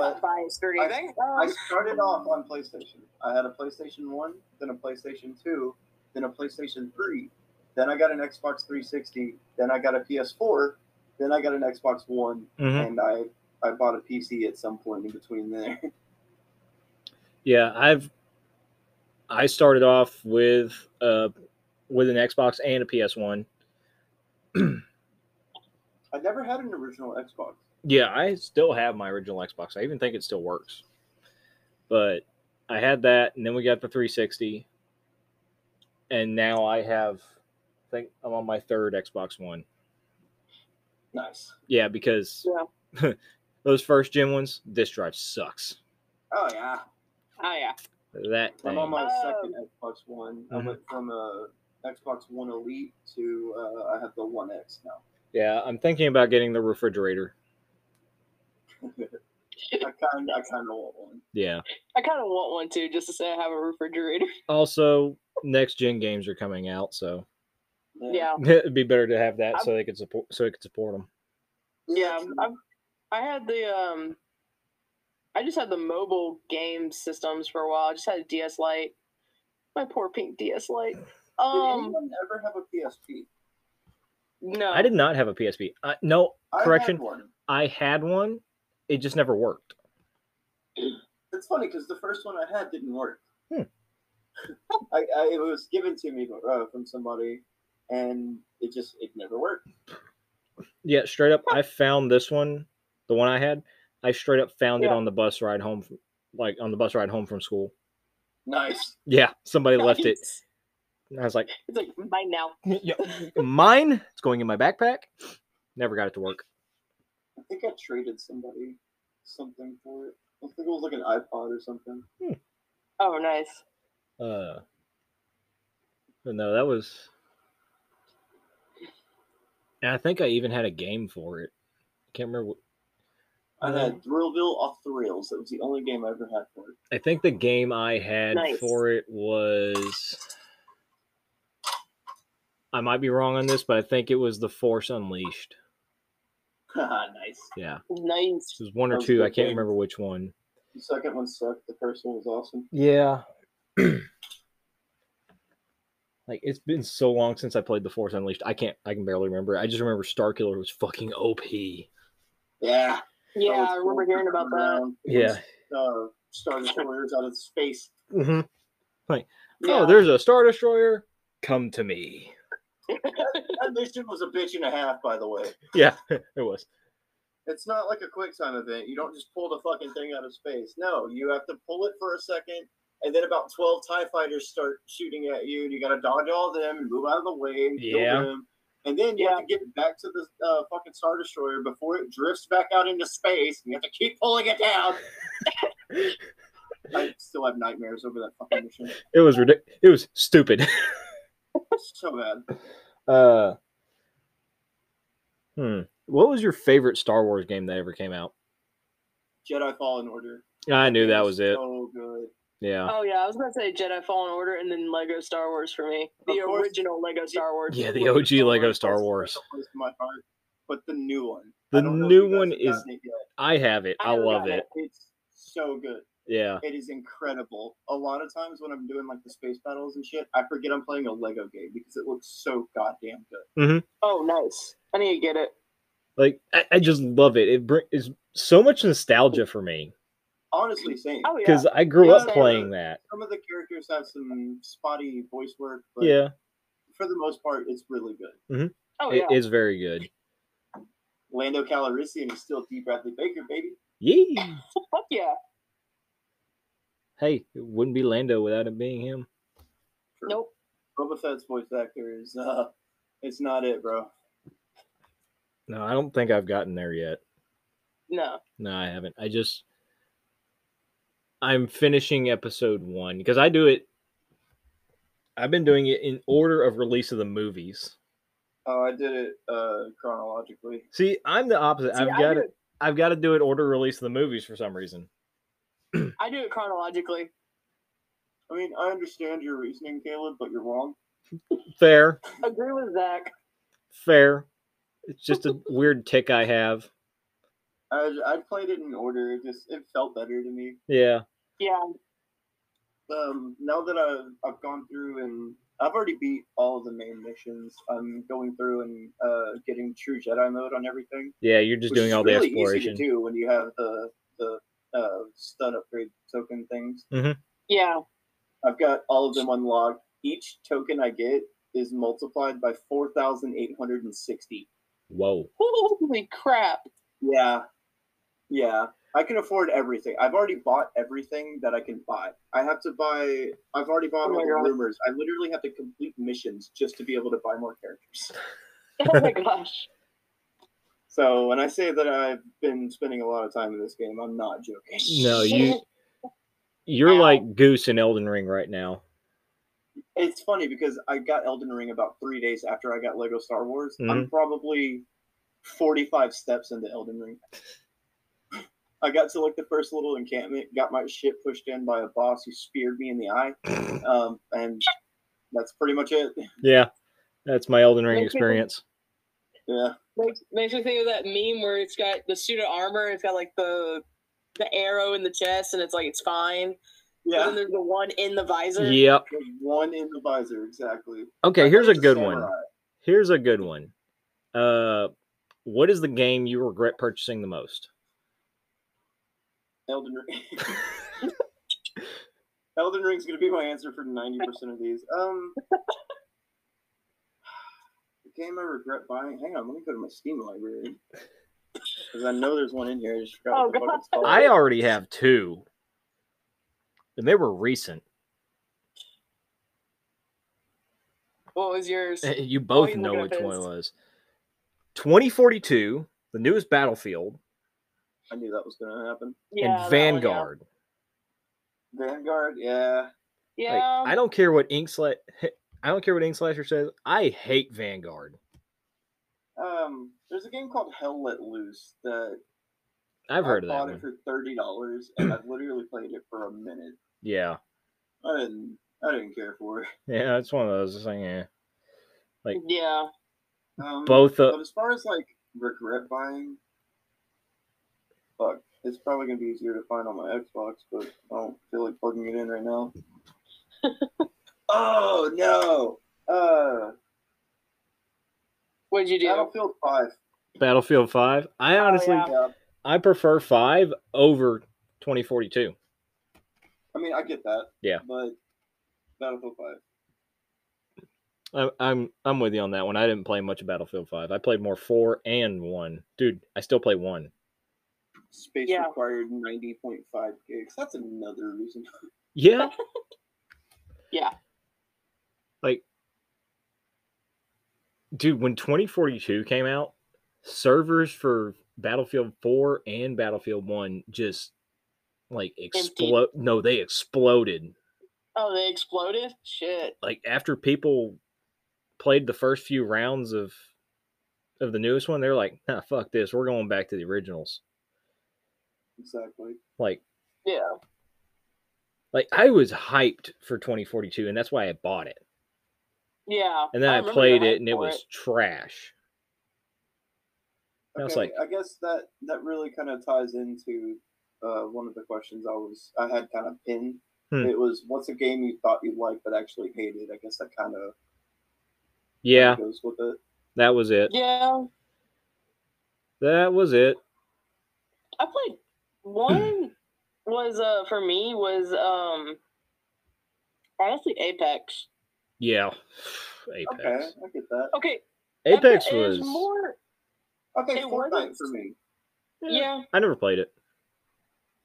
but
not biased or
I-
anything.
I
Um,
started off on PlayStation. I had a PlayStation 1, then a PlayStation 2, then a PlayStation 3, then I got an Xbox 360, then I got a PS4, then I got an Xbox One,
Mm-hmm.
and I, I bought a PC at some point in between there.
Yeah, I've I started off with uh with an Xbox and a PS1.
I never had an original Xbox.
Yeah, I still have my original Xbox. I even think it still works. But I had that and then we got the 360. And now I have I think I'm on my third Xbox One.
Nice.
Yeah, because those first gen ones, this drive sucks.
Oh, yeah.
oh yeah.
That thing.
I'm on my
Dang.
second Xbox One. I
Mhm.
went from a Xbox One Elite to uh, I have the One X now.
yeah, I'm thinking about getting the refrigerator.
I kind I kind of want one.
Yeah.
I kind of want one too, just to say I have a refrigerator.
Also, next gen games are coming out, so
yeah.
It'd be better to have that
I'm-
so they could support so it could support them.
Yeah. I've, Um, I had the um. I just had the mobile game systems for a while. I just had a DS Lite. My poor pink DS Lite.
Did
Um,
anyone ever have a PSP?
no.
I did not have a PSP. I, no,
Uh, I had
Correction.
one.
I had one. It just never worked.
It's funny because the first one I had didn't work.
Hmm.
I, I it was given to me uh, from somebody, and it just it never worked.
Yeah, straight up, I found this one, the one I had. I straight up found it
Yeah.
on the bus ride home, from, like on the bus ride home from school.
Nice.
Yeah, somebody left it.
It's
And I was like,
like mine now.
"Yeah, mine. It's going in my backpack. Never got it to work.
I think I traded somebody something for it. I think it was like an iPod or something.
Oh, nice.
Uh, but no, that was. And I think I even had a game for it. Can't remember. What,
I
Uh-huh.
Uh,
had Thrillville off the rails. That was the only game I ever had for it.
I think the game I had
Nice.
for it was. I might be wrong on this, but I think it was The Force Unleashed.
nice.
Yeah,
Nice.
it was one or
Those
two.
good
I can't
games.
remember which one.
The second one sucked. The first one was awesome.
Yeah. like it's been so long since I played The Force Unleashed. I can't. I can barely remember. I just remember Starkiller was fucking OP.
Yeah.
Oh,
Yeah, I remember hearing about that.
Yeah.
Uh, star destroyers out of space.
hmm
Oh, there's a star destroyer. Come to me.
That mission was a bitch and a half, by the way.
Yeah, it was.
It's not like a quick time event. You don't just pull the fucking thing out of space. No, you have to pull it for a second, and then about twelve Tie Fighters start shooting at you, and you gotta dodge all of them and move out of the way and kill
Yeah.
them. And then you have to get it back to the uh, fucking Star Destroyer before it drifts back out into space, and you have to keep pulling it down. I still have nightmares over that fucking mission.
It was ridiculous. It was stupid.
So bad.
Uh, hmm. What was your favorite Star Wars game that ever came out?
Jedi Fallen Order.
I knew that was it.
So good.
Yeah.
Oh yeah, I was gonna say Jedi Fallen Order and then Lego Star Wars for me. The
Of course.
original Lego Star Wars.
Yeah, the OG Lego Star
That's
Wars.
special place in my heart. But the new one.
The
I don't know if
new
you guys
one
have
is-
gotten it yet.
I have it. I
I
love
got
it.
It's so good.
Yeah.
It is incredible. A lot of times when I'm doing like the space battles and shit, I forget I'm playing a Lego game because it looks so goddamn good.
Oh nice. I need to get it.
Like I, I just love it. It brings is so much nostalgia for me
Honestly, same.
Oh yeah.
because I grew
Yeah,
up
same.
playing that.
Some of the characters have some spotty voice work, but
Yeah,
for the most part, it's really good.
Oh
it
yeah.
is very good.
Lando Calrissian is still D. Bradley Baker, baby.
Yeah.
Fuck yeah.
Hey, it wouldn't be Lando without it being him.
Sure.
Nope.
Boba Fett's voice actor is uh, it's not it, bro.
No, I don't think I've gotten there yet.
No.
No, I haven't. I just I'm finishing episode one because I do it. I've been doing it in order of release of the movies.
Oh, I did it uh chronologically.
See, I'm the opposite.
See,
I've
I
got
do
it. I've got to do it order of release of the movies for some reason.
I do it chronologically.
I mean, I understand your reasoning, Caleb, but you're wrong.
Fair,
Agree with Zach.
fair. It's just a weird tick I have.
I I played it in order. It just it felt better to me.
Yeah.
Yeah.
um, now that I've, I've gone through and I've already beat all of the main missions, I'm going through and uh, getting true Jedi mode on everything.
Yeah, you're just
which
doing
is
all
really
the exploration.
Easy to do when you have the the uh, stud upgrade token things.
Yeah.
I've got all of them unlocked. Each token I get is multiplied by four thousand eight hundred and sixty.
Whoa.
Holy crap.
Yeah, yeah. I can afford everything. I've already bought everything that I can buy. I have to buy. I've already bought
Oh my
all the
God.
rumors. I literally have to complete missions just to be able to buy more characters.
Oh my gosh.
So when I say that I've been spending a lot of time in this game, I'm not joking.
No, you you're
Wow.
like Goose in Elden Ring right now.
It's funny because I got Elden Ring about three days after I got Lego Star Wars.
Mm-hmm.
I'm probably 45 steps into Elden Ring. I got to like the first little encampment, got my shit pushed in by a boss who speared me in the eye, um, and that's pretty much it.
Yeah. That's my Elden Ring
Like,
experience.
Yeah,
Makes, makes me think of that meme where it's got the suit of armor, it's got like the the arrow in the chest, and it's like it's fine. And then
yeah.
there's the one in the visor.
Yep.
There's One in the visor, exactly.
Okay, here's a
That's
good one.
samurai.
Here's a good one. Uh what is the game you regret purchasing the most?
Elden Ring. Elden Ring's gonna be my answer for ninety percent of these. Um, the game I regret buying. Hang on, let me go to my Steam library because I know there's one in here. I just forgot
Oh,
what the fuck it's called.
I already have two. And they were recent.
What was yours?
Eh, You both
you
know
looking up
which one it
his?
was. 2042, the newest Battlefield,
I knew that was gonna happen.
Yeah, that one,
and Vanguard.
Vanguard. Yeah,
Yeah.
Like,
yeah. um,
I don't care what Ink Sla- I don't care what Ink Slasher says. I hate Vanguard.
um, there's a game called Hell Let Loose that
I've
I
heard of that
bought
one.
it for thirty dollars, and I've literally played it for a minute.
Yeah.
I didn't. I didn't care for it.
Yeah, it's one of those. It's like, eh. like-
yeah.
Um,
Both uh,
But as far as like regret buying, fuck, it's probably gonna be easier to find on my Xbox, but I don't feel like plugging it in right now. oh no! Uh,
What'd you do?
Battlefield Five.
Battlefield
Oh,
5. I honestly
yeah.
Yeah,
I prefer 5 over 2042.
I mean, I get that.
Yeah.
But Battlefield Five.
I, I'm I'm with you on that one. I didn't play much of Battlefield Five. I played more four and one. Dude, I still play one.
Space
Yeah.
required ninety point five gigs. That's another reason.
Yeah.
Yeah.
Like, dude, when 2042 came out, servers for Battlefield 4 and Battlefield 1 just like explode. No, they exploded.
Oh, they exploded? Shit.
Like, after people played the first few rounds of of the newest one, they're like, nah, fuck this. We're going back to the originals.
Exactly.
Like,
Yeah.
Like, I was hyped for 2042, and that's why I bought it.
Yeah.
And then I,
remember
played
the hype
it, and it
for
was trash. And I was
Okay,
like-
I guess that that really kind of ties into uh, one of the questions I was I had kind of pinned.
Hmm.
It was what's a game you thought you liked but actually hated. I guess that kind of
Yeah,
goes with it.
that was it.
Yeah.
That was it.
I played one was uh for me was um honestly Apex.
Yeah.
Okay,
Apex.
I get that.
Okay.
Apex
it
was.
is more
Okay,
It
Fortnite
wasn't-
for me.
Yeah.
yeah.
I never played it.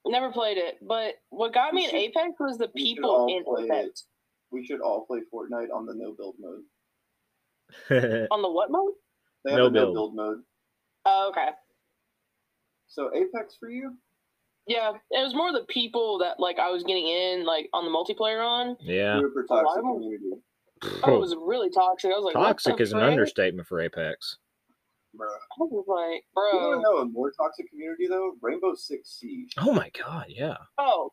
Never played it, but what got me
You
in
should-
Apex was the
you should
people
all
in
play it.
Apex.
We should all play Fortnite on the no build mode.
On the what mode?
They have
No
a no
build.
build mode.
Oh, okay.
So Apex for you?
Yeah, it was more the people that like I was getting in like on the multiplayer on.
yeah.
Super
Oh, I
toxic
don't-
community.
Oh, it was really toxic. I was like, what
Toxic
the
is an
frick?
understatement for Apex.
Bruh.
I was like,
You want to
bro.
know a more toxic community though? Rainbow Six Siege.
Oh my god, yeah.
Oh,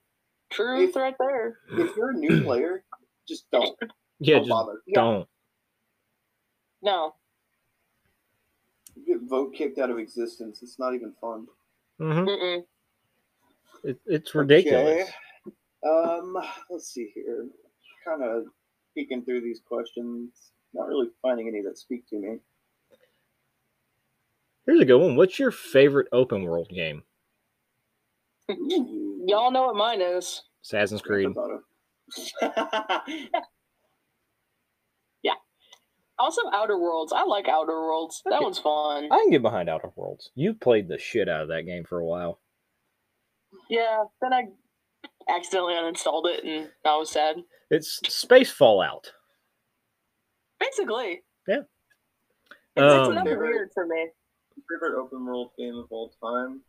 truth
Hey.
right there.
If you're a new player, just don't.
Yeah,
don't
just
bother.
Yeah.
don't.
No,
You get vote kicked out of existence. It's not even fun.
hmm
mm-mm.
It, it's ridiculous.
Um, let's see here. Kind of peeking through these questions, not really finding any that speak to me.
Here's a good one. What's your favorite open world game?
y'all know what mine is.
Assassin's Creed.
Also, Outer Worlds. I like Outer Worlds. That
Okay.
one's fun.
I can get behind Outer Worlds. You played the shit out of that game for a while.
Yeah. Then I accidentally uninstalled it, and I was sad.
It's Space Fallout.
Basically, it's, it's
Um,
another weird for me.
Favorite open world game of all time?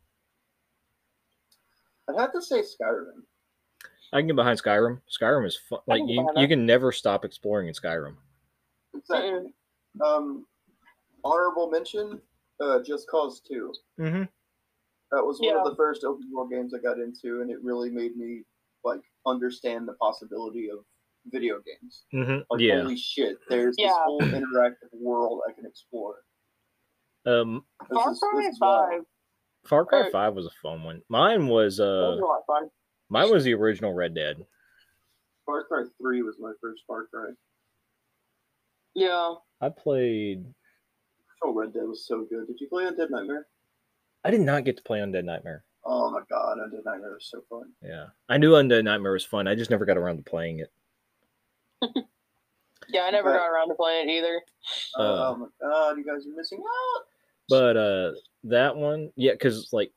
I'd have to say Skyrim.
I can get behind Skyrim. Skyrim is fun.
I
Like
can get
you,
behind
you
that.
can never stop exploring in Skyrim.
Exactly. Um, honorable mention: uh, Just Cause Two.
Mm-hmm.
That was one of
Yeah.
the first open world games I got into, and it really made me like understand the possibility of video games.
Mm-hmm.
Like,
Yeah.
holy shit, there's this
Yeah.
whole interactive world I can explore.
Um,
This
Far
is-
Cry
this is wild.
Five.
Far Cry
Or-
Five was a fun one. Mine was
That
uh,
was a lot of fun.
mine was the original Red Dead.
Far Cry Three was my first Far Cry.
Yeah.
I played.
Oh, Red Dead was so good. Did you play Undead Nightmare?
I did not get to play Undead Nightmare.
Oh my god, Undead Nightmare was so fun.
Yeah, I knew Undead Nightmare was fun. I just never got around to playing it.
Yeah, I never
But-
got around to playing it either.
Uh.
oh my god, you guys are missing out.
But uh, that one, yeah, because like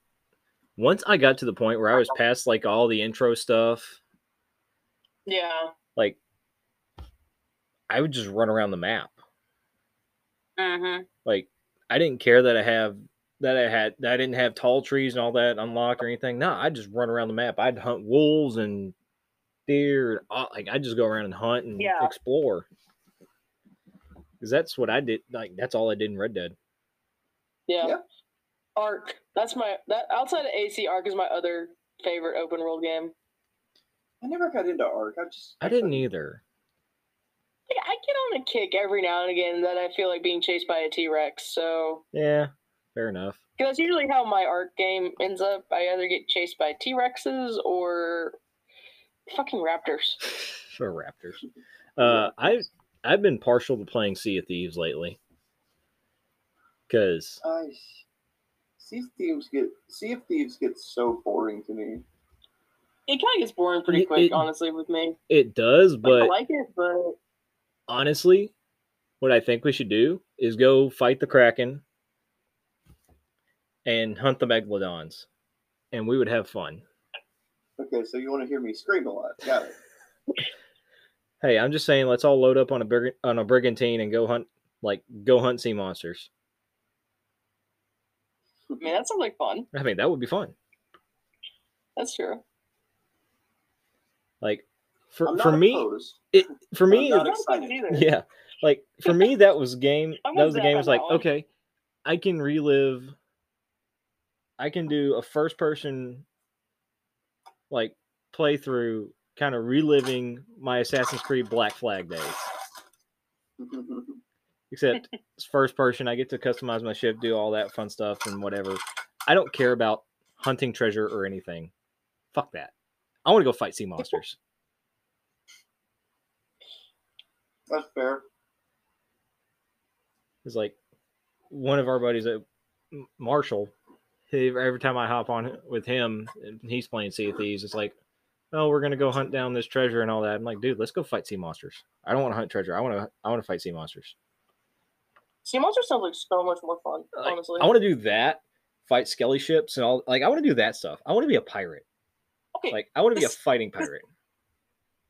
once I got to the point where I was past like all the intro stuff,
Yeah.
like I would just run around the map.
Mm-hmm.
like I didn't care that I have that I had that I didn't have tall trees and all that unlocked or anything. No, I just run around the map. I'd hunt wolves and deer. And all, like I just go around and hunt and
Yeah.
explore. Cause that's what I did. Like that's all I did in Red Dead.
Yeah.
Yeah.
Arc. That's my that outside of AC Arc is my other favorite open world game.
I never got into Ark. I just
I didn't e- either.
Like, I get on a kick every now and again that I feel like being chased by a T Rex. So
Yeah, fair enough.
'cause that's usually how my Arc game ends up. I either get chased by T Rexes or fucking raptors.
So Raptors. Uh, I I've been partial to playing Sea of Thieves lately. Cause
I see thieves get see if thieves get so boring to me.
It kind of gets boring pretty
It-
quick,
it-
honestly, with me.
It does,
Like, I
but
like it, but
honestly, what I think we should do is go fight the Kraken and hunt the Megalodons, and we would have fun.
Okay, so you want to hear me scream a lot? Got it.
Hey, I'm just saying, let's all load up on a brig- on a brigantine and go hunt like go hunt sea monsters.
man, that sounds like fun.
I mean, that would be fun.
That's true.
Like for
I'm not
for me,
opposed.
for
I'm
me,
not
it-
Not fun
excited.
either.
yeah like for me that was game
I'm
that
with
was the
Zach
game
on
was like
that one.
okay i can relive i can do a first person like playthrough kind of reliving my assassin's creed black flag days except it's first person i get to customize my ship do all that fun stuff and whatever i don't care about hunting treasure or anything fuck that i want to go fight sea monsters
That's fair.
is like one of our buddies at M- Marshall. he- Every time I hop on with him, and he's playing Sea of Thieves. It's like, oh, we're gonna go hunt down this treasure and all that. I'm like, dude, let's go fight sea monsters. I don't want to hunt treasure. I want to. I want to fight sea monsters.
Sea Monster sounds like so much more fun,
Like,
honestly.
I want to do that. Fight skelly ships and all. Like, I want to do that stuff. I want to be a pirate.
okay,
Like, I want to be a
this-
fighting pirate.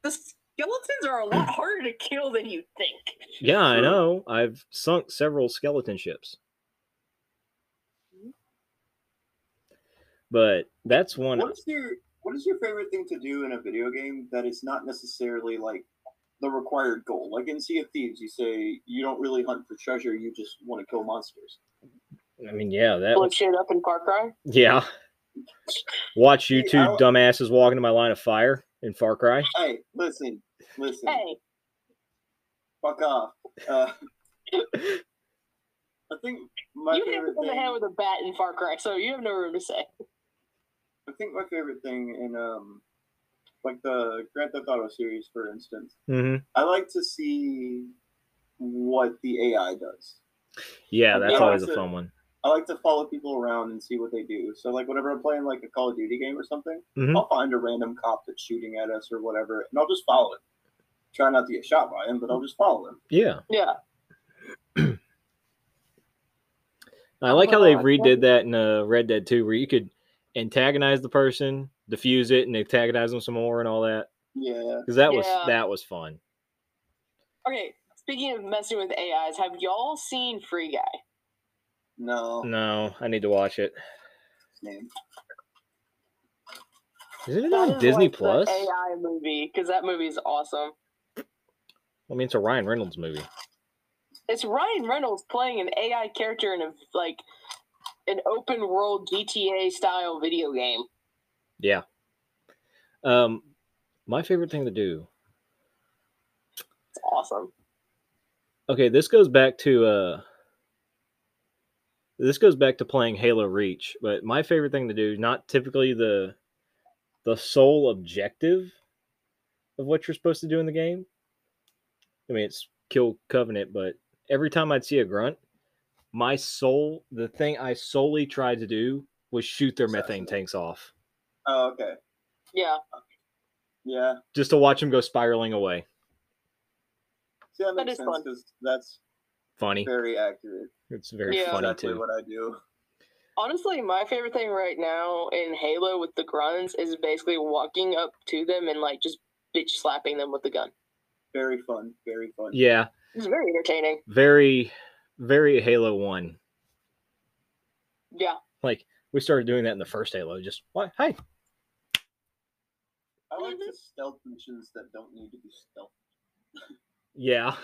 the skeletons are a lot harder to kill than you think.
Yeah, I
True.
know. I've sunk several skeleton ships. But that's one.
What is your What is your favorite thing to do in a video game that is not necessarily like the required goal? Like in Sea of Thieves, you say you don't really hunt for treasure; you just want to kill monsters.
I mean, yeah, that
Blowing shit up in Far Cry.
Yeah. Watch you
Hey,
two
I'll-
dumbasses walk into my line of fire in Far Cry.
Hey, listen, listen,
Hey,
fuck off. Uh, I think my
you hit
favorite
them in the
thing.
head with a bat in Far Cry, so you have no room to say.
I think my favorite thing in um, like the Grand Theft Auto series, for instance,
hmm
I like to see what the AI does.
Yeah,
Okay,
that's always a
awesome.
fun one.
I like to follow people around and see what they do. So like whenever I'm playing like a Call of Duty game or something,
Mhm.
I'll find a random cop that's shooting at us or whatever, and I'll just follow him. Try not to get shot by him, but I'll just follow him.
Yeah.
Yeah.
I like how they
God.
redid that in uh, Red Dead 2 where you could antagonize the person, defuse it, and antagonize them some more and all that.
Yeah.
Because that was
Yeah.
that was fun.
Okay, speaking of messing with AIs, have y'all seen Free Guy?
No.
No, I need to watch it.
Man.
Isn't it
That
on
is
Disney
like the
Plus? I
AI movie, because that movie is awesome.
mean, it's a Ryan Reynolds movie.
It's Ryan Reynolds playing an AI character in a like an open world GTA style video game.
Yeah. Um, my favorite thing to do
It's awesome.
okay this goes back to uh this goes back to playing halo reach but my favorite thing to do not typically the the sole objective of what you're supposed to do in the game i mean it's kill covenant but every time i'd see a grunt my soul the thing i solely tried to do was shoot their methane tanks off
Oh, okay.
Yeah.
Yeah.
just to watch them go spiraling away
See, that
That
makes
is
sense
fun.
because that's
funny
very accurate.
it's very
Yeah.
funny
exactly
too
what I do.
Honestly, my favorite thing right now in Halo with the grunts is basically walking up to them and like just bitch slapping them with the gun.
Very fun. Very fun.
yeah
It's very entertaining.
very very halo 1
Yeah.
Like we started doing that in the first Halo. Just why? Hey,
I like
Mhm.
the stealth missions that don't need to be stealth.
yeah,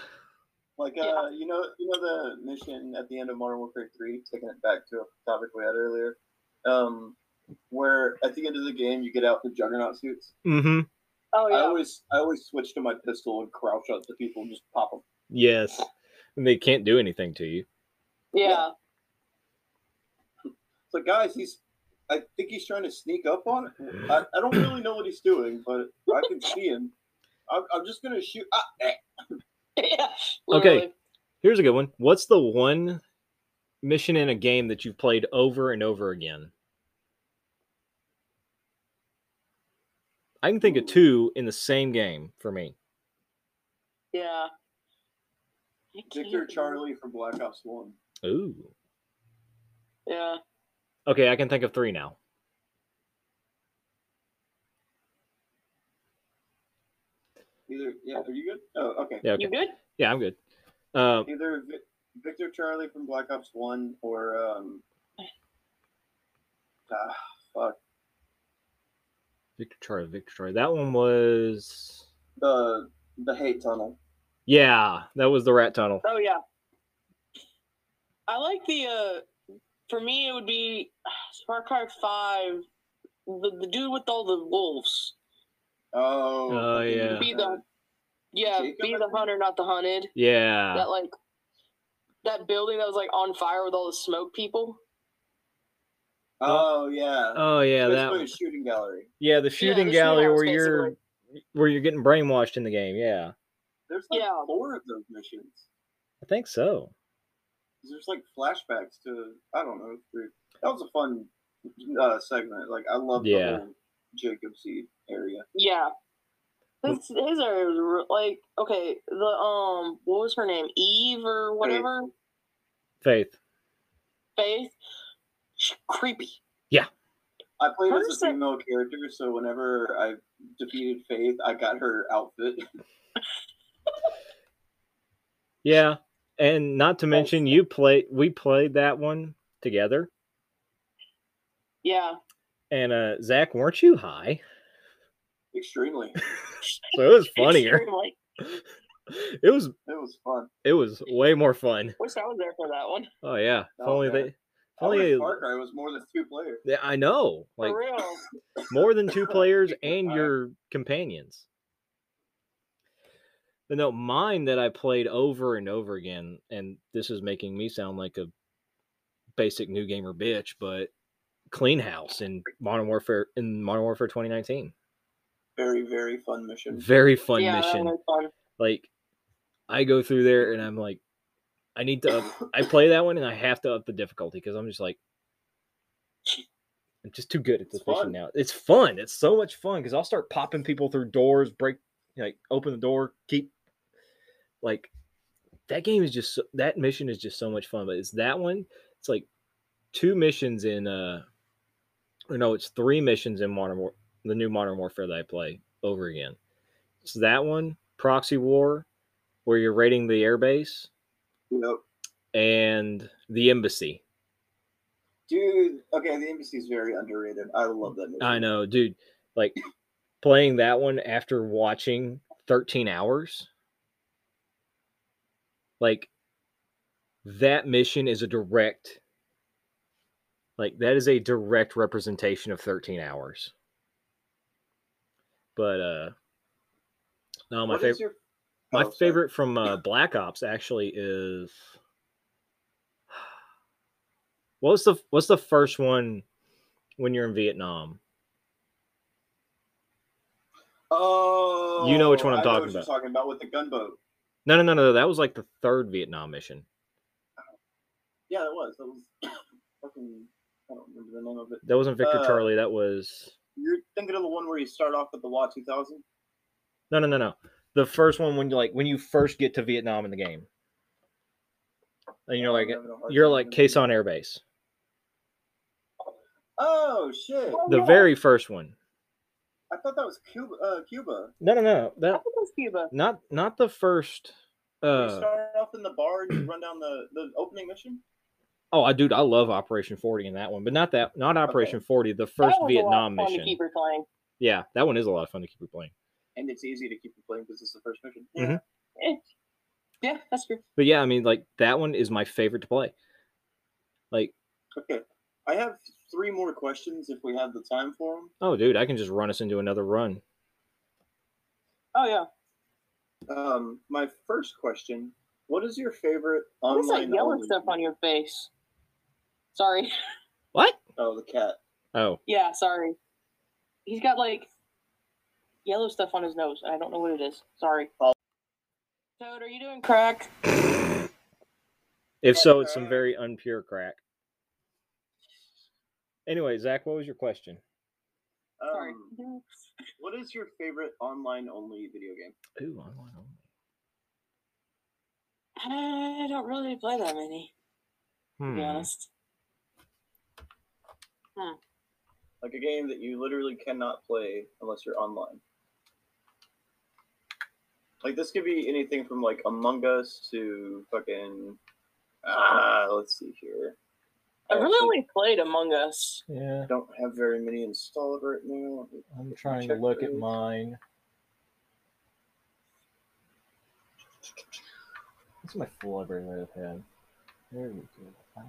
Like uh,
Yeah.
you know, you know the mission at the end of Modern Warfare Three, taking it back to a topic we had earlier, um, where at the end of the game you get out the Juggernaut suits.
mm-hmm,
Oh
I
yeah.
always, I always switch to my pistol and crouch up to people and just pop them.
yes. And they can't do anything to you.
yeah.
It's like, guys, he's, I think he's trying to sneak up on. It. I, I don't really know what he's doing, but I can see him. I'm, I'm just gonna shoot. Ah, eh.
yeah.
Okay.
literally.
Here's a good one. What's the one mission in a game that you've played over and over again? I can think of two in the same game for me.
Yeah. I
Victor
can't-
Charlie from Black Ops One.
Ooh.
Yeah.
Okay, I can think of three now.
Either yeah, are you good? Oh, okay.
Yeah, okay.
You good?
Yeah, I'm good. Uh,
Either Vi- Victor Charlie from Black Ops One or um. ah,
Victor Charlie, Victor Charlie. That one was.
the the hate tunnel.
Yeah, that was the rat tunnel.
Oh yeah. I like the uh for me it would be Far Cry five the, the dude with all the wolves.
Oh.
Oh,
okay.
yeah.
Be the yeah,
Jacob,
be
I
the
think?
hunter, not the hunted.
Yeah.
That like that building that was like on fire with all the smoke people.
Oh yeah.
Oh yeah, that.
Basically a
one.
shooting gallery.
Yeah, the
the
shooting
shooting
gallery
house,
where you're where you're getting brainwashed in the game. Yeah,
There's like
Yeah.
four of those missions.
I think so.
there's like flashbacks to I don't know. dude. That was a fun uh, segment. Like I love
Yeah.
the whole Jacob Seed area.
Yeah.
Hmm.
His, his are r- like okay, the um what was her name? Eve or whatever?
Faith.
Faith. Sh- creepy.
I played
How
as
does
a
that-
female character, so whenever I defeated Faith, I got her outfit.
Yeah, and not to mention you play. We played that one together,
Yeah.
and uh Zach, weren't you high?
Extremely, it
So it was funnier.
Extremely.
It was
was fun.
it was way more fun.
Wish I was there for that one.
Oh yeah. If
Oh,
only
yeah.
they. if
I
Only
wish
they-
Far Cry was more than two players.
yeah, I know. Like
for real.
more than two players and
Wow.
your companions. But no, mine that I played over and over again, and this is making me sound like a basic new gamer bitch, but Clean House in Modern Warfare in Modern Warfare 2019.
Very, very fun mission.
Very fun
yeah, that
mission.
was fun.
Like I go through there and I'm like, I need to up, I play that one and I have to up the difficulty because I'm just like, I'm just too good at
It's
this mission
fun.
now. It's fun. It's so much fun because I'll start popping people through doors, break, like open the door, keep, like, that game is just so, that mission is just so much fun. But it's that one. It's like two missions in uh, or no, it's three missions in modern war, the new Modern Warfare that I play over again. It's that one, Proxy War, where you're raiding the airbase
You know,
and the embassy.
dude. Okay, the embassy is very underrated. I love that mission.
I know, dude. Like playing that one after watching 13 hours. Like that mission is a direct like that is a direct representation of 13 hours. But uh no, my
What
favorite
is your-
my
oh, sorry.
favorite from uh, Black Ops actually is what's the what's the first one when you're in Vietnam?
Oh,
You know which one I'm
I know
talking
what you're
about.
talking about with the gunboat.
No, no, no, no. That was like the third Vietnam mission.
Yeah, that was. That was fucking. I don't remember the name of it.
That wasn't Victor
Uh,
Charlie. That was
You're thinking of the one where you start off with the Law 2000?
no, no, no, no. The first one when you like when you first get to Vietnam in the game, and you're like
I'm having a hard
you're
time
like
remembering.
Quezon Air Base.
Oh shit!
Oh,
The
yeah.
very first one.
I thought that was Cuba. Uh, Cuba.
No, no, no.
I
That
think it was Cuba.
not not the first.
You
Uh,
start off in the bar and you run down the, the opening mission.
Oh, I dude, I love Operation 40 in that one, but not that, not Operation 40, the
That
first
was a lot of
Vietnam
fun to
mission.
keep her playing.
Yeah, that one is a lot of fun to keep replaying.
And it's easy to keep it playing because it's the first mission.
Mhm.
Eh. Yeah, that's true.
But yeah, I mean, like that one is my favorite to play. Like,
Okay, I have three more questions if we have the time for them.
oh, dude, I can just run us into another run.
Oh yeah.
Um, my first question: What is your favorite
What is
online?
that yellow
only-
stuff on your face? Sorry.
What?
Oh, the cat.
Oh,
Yeah, sorry. He's got like yellow stuff on his nose, and I don't know what it is. Sorry.
Oh.
Toad, are you doing crack?
if so, it's some very unpure crack. Anyway, Zach, what was your question?
Sorry.
Um, what is your favorite online only video game?
Ooh, online only.
I don't really play that many, to be
Hmm.
honest.
Like a game that you literally cannot play unless you're online. Like this could be anything from like Among Us to fucking. Ah, let's see here.
I really
actually
only played Among Us.
Yeah,
don't have very many installed right now.
I'm trying to look at mine. What's my full library that I've had? There we go. Um,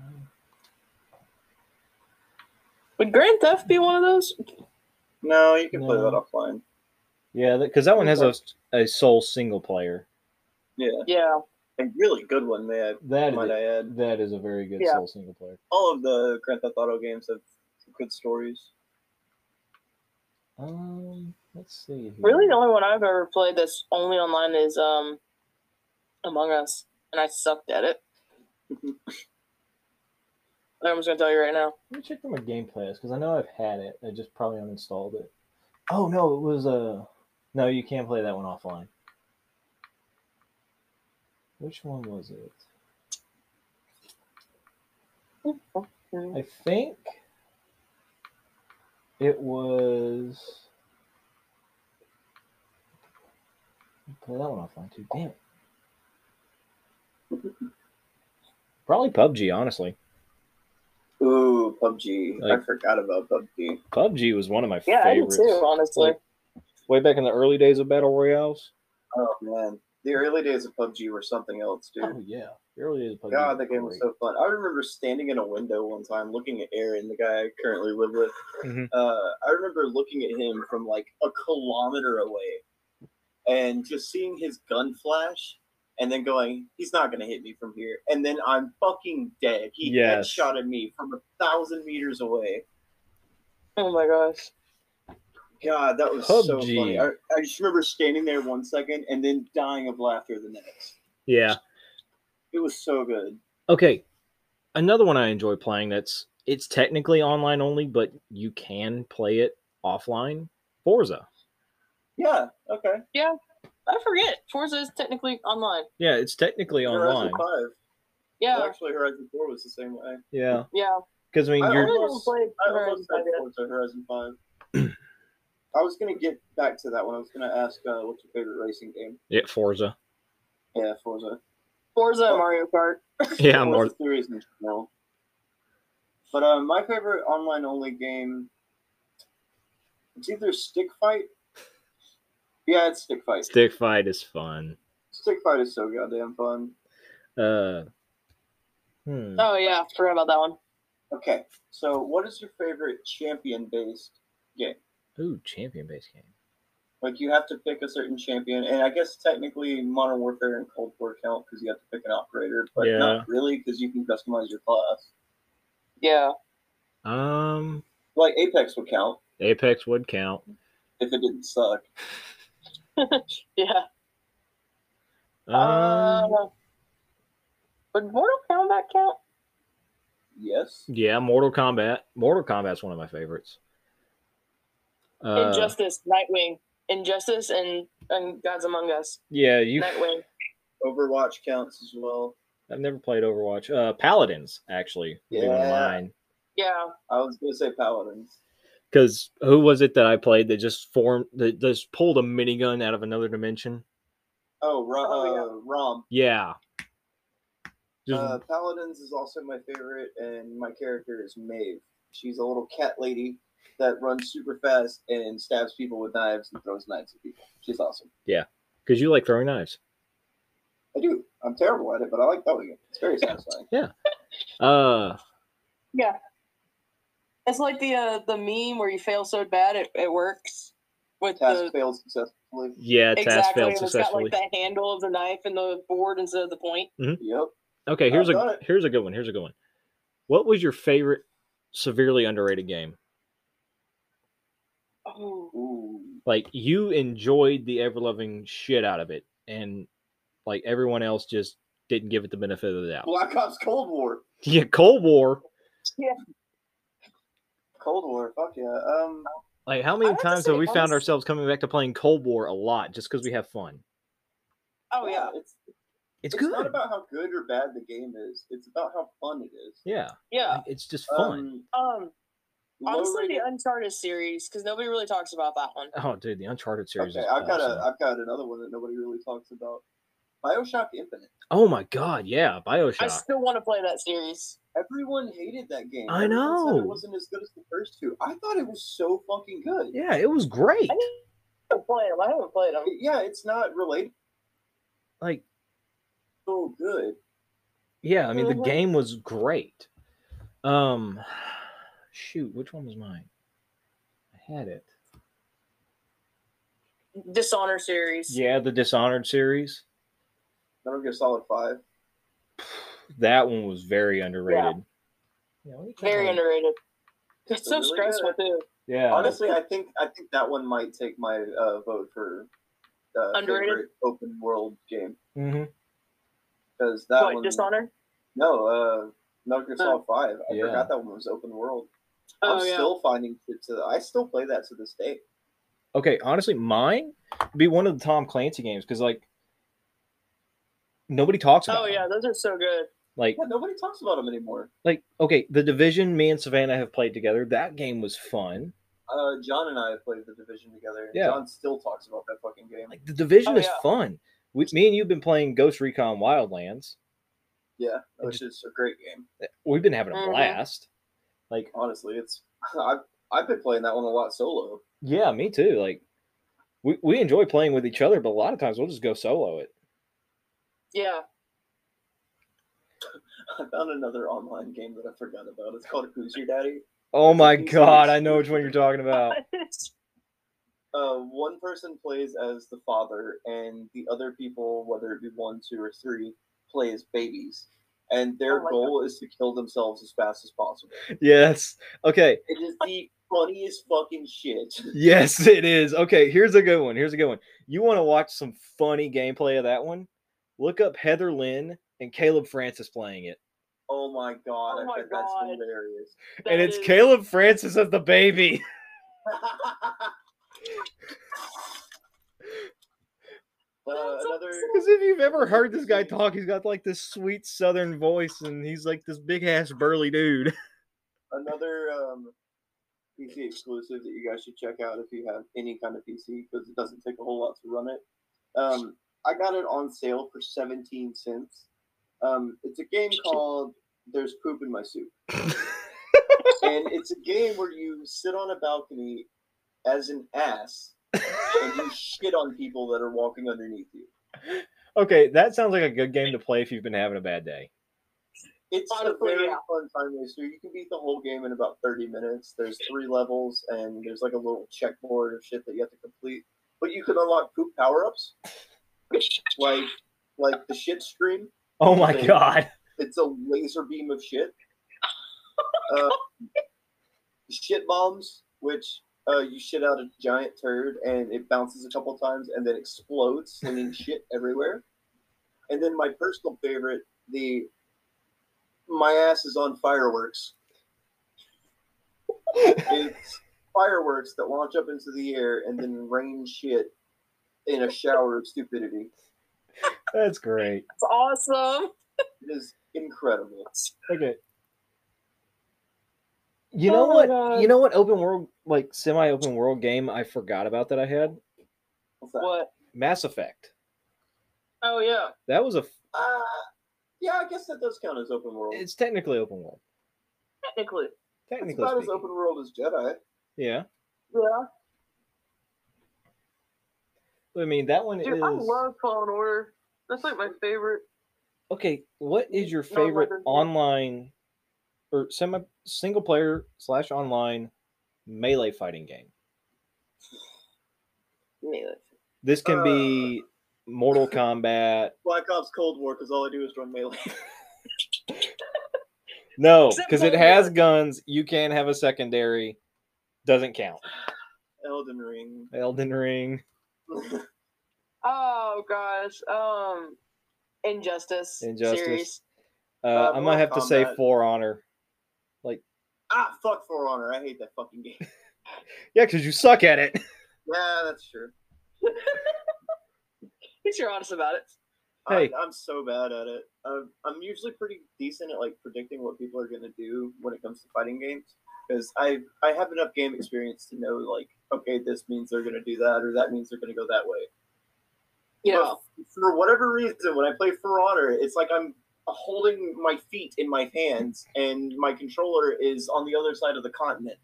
Would Grand Theft be one of those?
No, you can play
No.
that offline.
Yeah, because that one has a, a sole single player.
Yeah,
Yeah.
a really good one. They have,
That
might
is,
I add.
that is a very good
Yeah.
sole single player.
All of the Grand Theft Auto games have good stories.
Um, let's see. Here.
Really, the only one I've ever played that's only online is um, Among Us, and I sucked at it. I'm just gonna tell you right now.
Let me check for my Game Pass because I know I've had it. I just probably uninstalled it. Oh no, it was Uh... No, you can't play that one offline. Which one was it? I think it was. Play that one offline too. Damn it. Probably PUBG, honestly.
Ooh, PUBG.
Like-
I forgot about PUBG.
PUBG was one of my
Yeah,
favorites.
I did too. Honestly,
Like- Way back in the early days of battle royales.
Oh man, the early days of PUBG were something else, dude.
Oh yeah, the early days of PUBG.
God, that game was so fun. I remember standing in a window one time looking at Aaron, the guy I currently live with.
Mhm.
Uh, I remember looking at him from like a kilometer away and just seeing his gun flash and then going, he's not going to hit me from here. And then I'm fucking dead. He
Yes.
headshotted me from a thousand meters away.
oh my gosh.
God, that was so
PUBG.
funny. I, I just remember standing there one second and then dying of laughter the next.
Yeah.
It was so good.
Okay. Another one I enjoy playing that's it's technically online only, but you can play it offline. Forza.
Yeah, okay.
I forget. Forza is technically online.
Yeah, it's technically online.
Horizon 5.
Yeah,
Well, actually, Horizon 4 was the same way.
Yeah,
yeah.
because I mean,
I
I
you're
really
almost-
haven't
I
played
almost
Horizon
said
Five yet.
Forza Horizon 5. I was going to get back to that one. I was going to ask, uh, what's your favorite racing game?
yeah, Forza.
Yeah, Forza.
Forza and Mario Kart.
Yeah,
Forza
more.
series in general. But uh, my favorite online only game, it's either Stick Fight. Yeah, it's Stick Fight.
Stick fight is fun.
Stick Fight is so goddamn fun.
Uh, hmm.
Oh yeah, forgot about that one.
Okay, so what is your favorite champion based
Ooh, champion based game.
Like you have to pick a certain champion, and I guess technically Modern Warfare and Cold War count because you have to pick an operator, but
Yeah.
not really because you can customize your class.
Yeah.
Um,
Like Apex would count
Apex would count.
if it didn't suck.
Yeah.
Um,
Uh, would Mortal Kombat count?
Yes.
yeah, Mortal Kombat. Mortal Kombat's one of my favorites. Uh,
Injustice, Nightwing, Injustice, and and Gods Among Us,
yeah, you.
Nightwing.
Overwatch counts as well.
I've never played Overwatch. Uh, Paladins actually. would be one of
Yeah.
mine.
Yeah.
I was gonna say Paladins.
Because who was it that I played that just formed that just pulled a minigun out of another dimension?
Oh, Ro-
Oh, yeah.
uh, Rom.
Yeah. Just
Uh, Paladins is also my favorite, and my character is Maeve. She's a little cat lady that runs super fast and stabs people with knives and throws knives at people. She's awesome.
because you like throwing knives.
I do. I'm terrible at it, but I like throwing it. It's very satisfying.
Uh,
Yeah. It's like the uh, the meme where you fail so bad it, it works with
Task
the
failed successfully.
yeah, task
exactly.
failed
and it's got
successfully.
like the handle of the knife and the board instead of the point.
Yep.
okay, here's
I've
a
done it.
here's a good one. Here's a good one. What was your favorite severely underrated game?
Oh.
Ooh.
Like you enjoyed the ever loving shit out of it, and like everyone else just didn't give it the benefit of the doubt.
Black Ops Cold War.
Yeah, Cold War.
Cold War. Fuck yeah. Um.
Like, how
I
many
have to
times
say,
have we found
honest-
ourselves coming back to playing Cold War a lot just because we have fun?
Oh yeah,
It's,
It's,
it's
good.
not about how good or bad the game is. It's about how fun it is.
yeah,
yeah.
like, it's just fun.
Um,
Um,
low
honestly, the
rated-
Uncharted series because nobody really talks about that one.
oh, dude, the Uncharted series.
okay,
is
I've got
awesome.
a, I've got another one that nobody really talks about. Bioshock Infinite.
Oh my god, yeah,
I
Bioshock.
still want to play that series.
Everyone hated that game.
I
Everyone said
know.
it wasn't as good as the first two. I thought it was so fucking good.
Yeah, it was great.
I haven't played them. I haven't played them.
Yeah, it's not related.
Like,
So good.
yeah, I mean, the
Uh-huh.
Mhm.
game was great. Um, shoot, which one was mine? I had it.
Dishonor series.
Yeah, the Dishonored series.
Metal Gear Solid Five.
That one was very underrated. Yeah, what are you talking
Very
about?
underrated. It's so
Really
stressful too.
Yeah,
Honestly, I think I think that one might take my uh, vote for uh,
Underrated?
favorite open world game
hmm
Mm-hmm.
because that
What
one.
dishonor?
No, uh, Metal Gear Solid Five. I
Yeah.
forgot that one was open world.
Oh
I'm
yeah.
still finding it to. I still play that to this day.
Okay, honestly, mine would be one of the Tom Clancy games because like nobody talks about.
oh yeah,
them.
those are so good.
like
Yeah, nobody talks about them anymore.
like okay, the Division. Me and Savannah have played together. That game was fun.
Uh, John and I played the division together.
Yeah.
John still talks about that fucking game.
Like the Division
Oh,
is
yeah.
fun. We, me and you've been playing Ghost Recon Wildlands.
yeah, which is a great game.
We've been having a
Mhm.
blast. Like
Honestly, it's I've I've been playing that one a lot solo.
yeah, me too. Like we we enjoy playing with each other, but a lot of times we'll just go solo it.
Yeah.
I found another online game that I forgot about. It's called Who's Your Daddy.
Oh
It's a
my
PC
god, I know which one you're talking about.
uh, one person plays as the father, and the other people, whether it be one, two, or three, play as babies. And
Oh
their
my
goal is to kill themselves as fast as possible.
Yes. Okay.
It is the funniest fucking shit.
Yes, it is. Okay, here's a good one. Here's a good one. You want to watch some funny gameplay of that one? Look up Heather Lynn and Caleb Francis playing it.
Oh my god,
Oh
I
my
bet
God.
that's hilarious.
That
and it's
is-
Caleb Francis as the baby.
Uh,
That's
another
Because if you've ever heard this guy talk, he's got like this sweet southern voice and he's like this big ass burly dude.
another um, PC exclusive that you guys should check out if you have any kind of PC because it doesn't take a whole lot to run it. Um, I got it on sale for 17 cents. Um, it's a game called There's Poop in My Soup. and it's a game where you sit on a balcony as an ass and you shit on people that are walking underneath you.
okay, that sounds like a good game to play if you've been having a bad day.
It's a
Honestly,
very
yeah.
fun time waster. You can beat the whole game in about 30 minutes. There's three levels, and there's like a little checkboard of shit that you have to complete. But you can unlock poop power ups, like like the shit stream.
Oh my
Okay.
god.
It's a laser beam of shit. Uh, shit bombs, which uh, you shit out a giant turd, and it bounces a couple times, and then explodes, slinging shit everywhere. And then my personal favorite, the my ass is on fireworks. it's fireworks that launch up into the air and then rain shit in a shower of stupidity.
That's great.
It's awesome.
It is incredible.
Okay. You know
Oh my
what?
God.
You know what? Open world, like semi open world game, I forgot about that I had
What's that?
What?
Mass Effect.
Oh yeah.
That was a. f-
Uh, yeah, I guess that does count as open world. It's,
It's technically open world.
Technically.
Technically
about as
speaking.
open world as Jedi.
Yeah,
Yeah.
I mean that one
Dude,
is.
I love Fallen Order. That's like my favorite.
Okay, what is your
No, I love
favorite
this one.
online or semi single player slash online melee fighting game? This can be
Uh.
Mortal Kombat.
Black Ops Cold War, because all I do is run melee.
No,
Except
because it
Mortal
has
Kombat.
guns. You can have a secondary. Doesn't count.
Elden Ring.
Elden Ring.
Oh gosh. Um, Injustice.
Injustice.
Series.
Uh,
Uh,
I might
Mortal
have to say
Kombat.
For Honor.
ah, fuck For Honor. I hate that fucking game.
Yeah, because you suck at it.
Yeah, that's true.
At least you're honest about it.
Hey.
I, I'm so bad at it. I'm, I'm usually pretty decent at like predicting what people are gonna do when it comes to fighting games because I I have enough game experience to know like okay this means they're gonna do that or that means they're gonna go that way.
You know,
But for whatever reason, when I play For Honor, it's like I'm holding my feet in my hands and my controller is on the other side of the continent,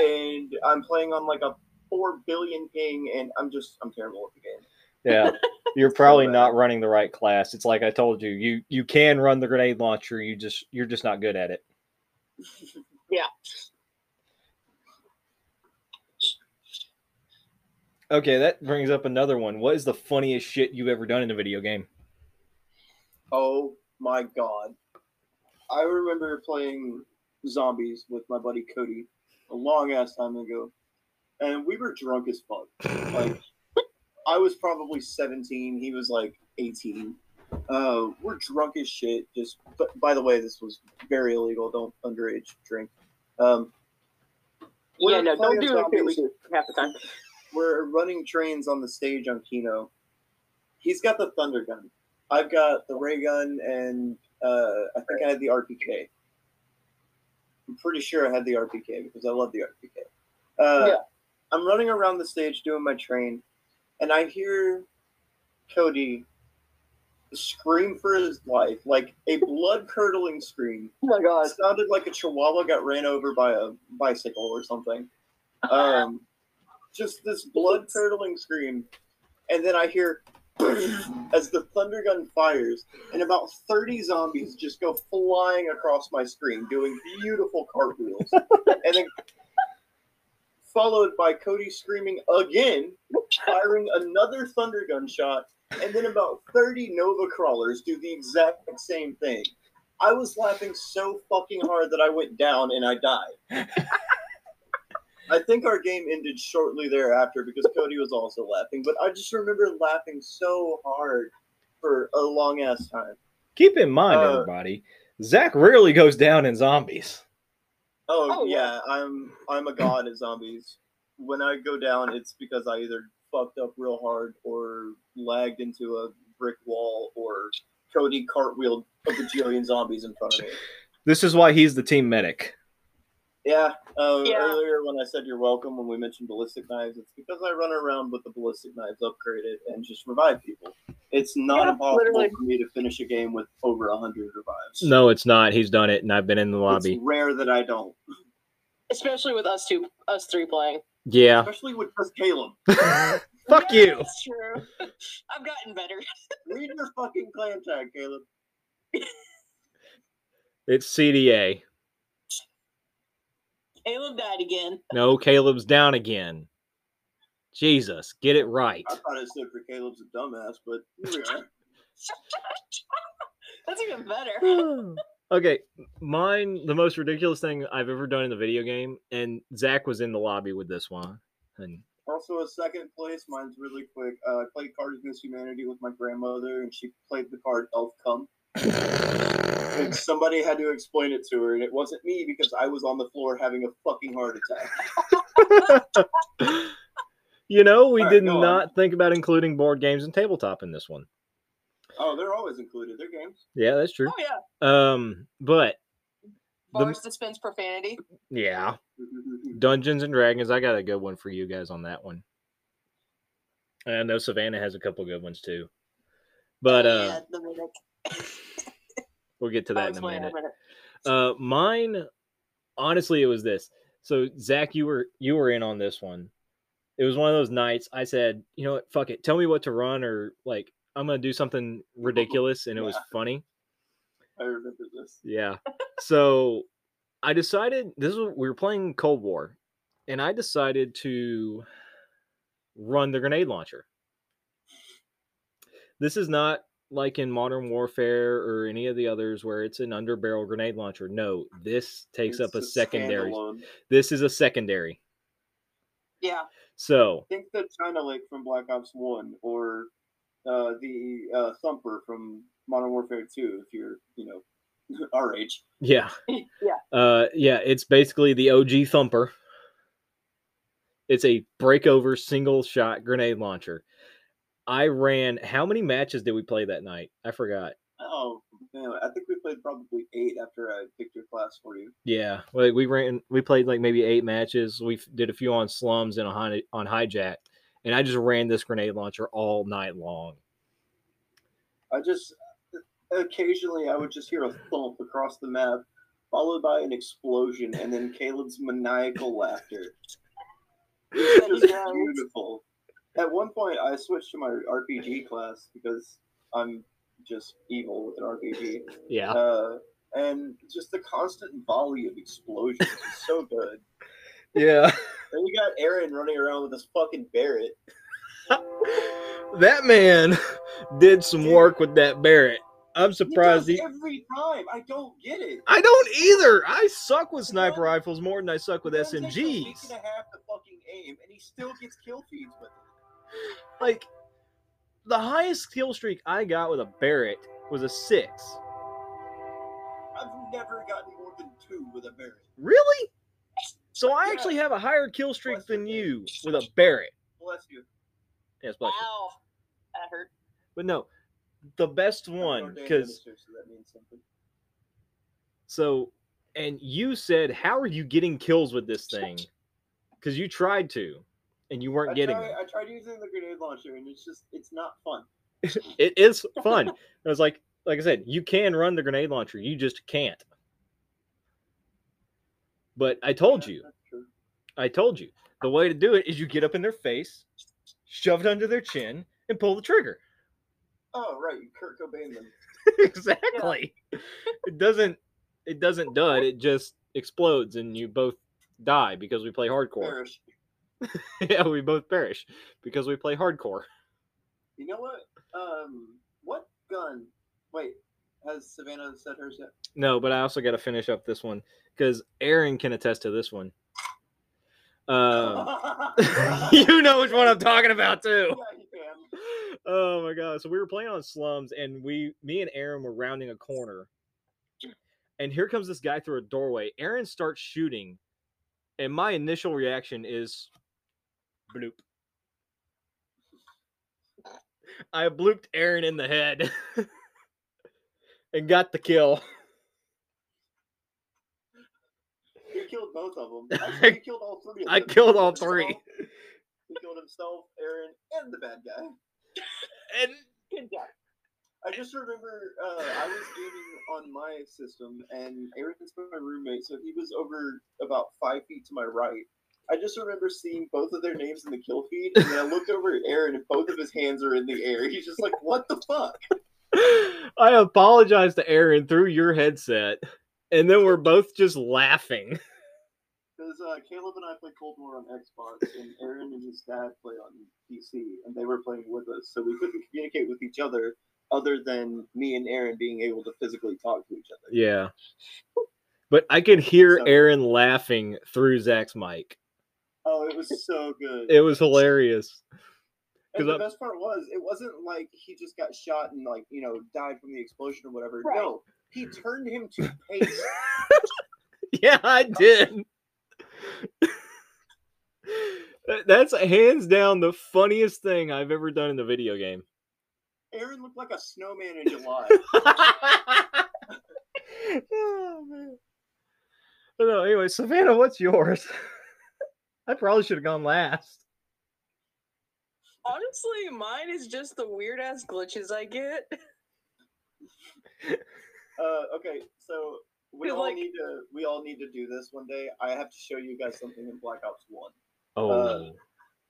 and I'm playing on like a four billion ping, and I'm just I'm terrible at the game.
Yeah, you're probably
bad.
not running the right class. It's like I told you, you you can run the grenade launcher. You just you're just not good at it.
Yeah.
Okay, that brings up another one. What is the funniest shit you've ever done in a video game?
Oh my god. I remember playing zombies with my buddy Cody a long ass time ago. And we were drunk as fuck. Like I was probably 17, he was like 18. Uh, we're drunk as shit. Just but by the way, this was very illegal. Don't underage drink. Um,
yeah,
we're
no, don't
playing
do it
zombies.
half the time.
We're running trains on the stage on Kino. He's got the thunder gun. I've got the ray gun, and uh, I think I had the RPK. I'm pretty sure I had the RPK because I love the RPK. Uh,
Yeah.
I'm running around the stage doing my train, and I hear Cody scream for his life, like a blood curdling scream.
Oh my god.
It sounded like a chihuahua got ran over by a bicycle or something. Um, just this blood curdling scream. And then I hear as the thunder gun fires, and about 30 zombies just go flying across my screen, doing beautiful cartwheels. and then followed by Cody screaming again, firing another thunder gun shot, and then about 30 Nova crawlers do the exact same thing. I was laughing so fucking hard that I went down and I died. I think our game ended shortly thereafter because Cody was also laughing, but I just remember laughing so hard for a long ass time.
Keep in mind,
Uh,
everybody, Zach rarely goes down in zombies.
Oh,
Oh,
yeah, I'm I'm a god at zombies. When I go down, it's because I either fucked up real hard or lagged into a brick wall or Cody cartwheeled a bajillion zombies in front of me.
This is why he's the team medic.
Yeah, uh,
Yeah.
Earlier when I said you're welcome, when we mentioned ballistic knives, it's because I run around with the ballistic knives upgraded and just revive people. It's not
Yeah,
impossible
literally.
for me to finish a game with over hundred revives.
No, it's not. He's done it, and I've been in the
It's rare that I don't,
Especially with us two, us three playing.
Yeah.
especially with just Caleb.
Fuck
Yeah,
you.
That's true. I've gotten better.
Read your fucking clan tag, Caleb.
It's CDA.
Caleb died again.
No, Caleb's down again. Jesus, get it right.
I thought it stood for Caleb's a dumbass, but here we are.
That's even better.
okay, mine, the most ridiculous thing I've ever done in the video game, and Zach was in the lobby with this one. And
Also, a second place. Mine's really quick. Uh, I played Cards Against Humanity with my grandmother, and she played the card Elf Come. And somebody had to explain it to her, and it wasn't me because I was on the floor having a fucking heart attack.
you know, we
All right,
did
go on.
not think about including board games and tabletop in this one.
Oh, they're always included. They're games.
Yeah, that's true.
Oh yeah.
Um, but The-
Bars dispense profanity.
yeah, Dungeons and Dragons. I got a good one for you guys on that one. I know Savannah has a couple good ones too, but uh,
Oh, yeah, the minute.
we'll get to
I
that
was
in a
playing
minute. Uh, mine, honestly, it was this. So Zach, you were you were in on this one. It was one of those nights. I said, you know what, fuck it. Tell me what to run, or like I'm gonna do something ridiculous, and it was
Yeah.
funny.
I remember this.
Yeah. So I decided this was we were playing Cold War, and I decided to run the grenade launcher. This is not like in Modern Warfare or any of the others where it's an underbarrel grenade launcher. No, this takes
It's
up a
just
secondary.
standalone. I
This is a secondary.
Yeah.
So
think the China Lake from Black Ops 1 or uh, the uh, Thumper from Modern Warfare 2, if you're, you know, our age.
yeah,
yeah.
uh, yeah, it's basically the OG thumper. It's a breakover single shot grenade launcher. I ran how many matches did we play that night? I forgot.
Oh, man, I think we played probably eight after I picked your class for you.
Yeah, like we ran, we played like maybe eight matches. We f- did a few on slums and on, Hi- on hijack, and I just ran this grenade launcher all night long.
I just occasionally I would just hear a thump across the map, followed by an explosion, and then Caleb's maniacal laughter. It was just beautiful. At one point, I switched to my RPG class because I'm just evil with an RPG,
Yeah,
uh, and just the constant volley of explosions is so good.
yeah.
And we got Aaron running around with this fucking Barrett.
That man did some work with that Barrett. I'm
He
surprised
does
he.
every time. I don't get it.
I don't either. I suck with sniper rifles more than I suck with
It takes a Week
SMGs.
and a half to fucking aim, and he still gets kill feeds with it.
Like the highest kill streak I got with a Barrett was a six.
I've never gotten more than two with a Barrett.
Really? So I
Yeah.
actually have a higher kill streak
Bless
than
you.
you with a Barrett.
Bless you.
Yes, bless you.
Wow, that hurt.
But no, the best
I'm an
one
ordained
because
minister, so that means something.
so and you said how are you getting kills with this thing? Because you tried to, and you weren't
I
getting
tried,
them.
I tried using the grenade launcher, and it's just it's not fun.
It is fun. I was like, like I said, you can run the grenade launcher. You just can't. But I told
Yeah,
you,
that's true.
I told you, the way to do it is you get up in their face, shove it under their chin, and pull the trigger.
Oh right, you Kurt Cobain them.
exactly. It doesn't. It doesn't dud. It just explodes, and you both die because we play hardcore.
Perish.
yeah, we both perish because we play hardcore.
You know what? Um, what gun? Wait, has Savannah said hers yet?
No, but I also got to finish up this one because Aaron can attest to this one. Uh, you know which one I'm talking about too.
yeah, you can.
oh my god! So we were playing on slums, and we, me and Aaron, were rounding a corner, and here comes this guy through a doorway. Aaron starts shooting, and my initial reaction is, bloop. I blooped Aaron in the head, and got the kill.
You killed both of them. Actually, you killed all three of them.
I killed all
Himself-
three,
He killed himself, Aaron, and the bad guy.
and
Good job.
I just remember uh, I was gaming on my system, and Aaron's my roommate, so he was over about five feet to my right. I just remember seeing both of their names in the kill feed, and then I looked over at Aaron, and both of his hands are in the air. He's just like, "What the fuck?"
I apologize to Aaron through your headset, and then we're both just laughing.
Because uh, Caleb and I played Cold War on Xbox, and Aaron and his dad played on PC, and they were playing with us, so we couldn't communicate with each other other than me and Aaron being able to physically talk to each other.
Yeah. But I could hear
So-
Aaron laughing through Zach's mic.
Oh, it was so good.
It was hilarious.
And
'Cause
the
I'm-
best part was, it wasn't like he just got shot and like you know died from the explosion or whatever.
Right.
No, he turned him to paste.
Yeah, I did. That- That's hands down the funniest thing I've ever done in a video game.
Aaron looked like a snowman in July.
oh, man. But no, anyway, Savannah, what's yours? I probably should have gone last.
Honestly, mine is just the weird ass glitches I get.
Uh, okay, so we
Feel
all
like-
need to we all need to do this one day. I have to show you guys something in Black Ops One.
Oh,
Uh,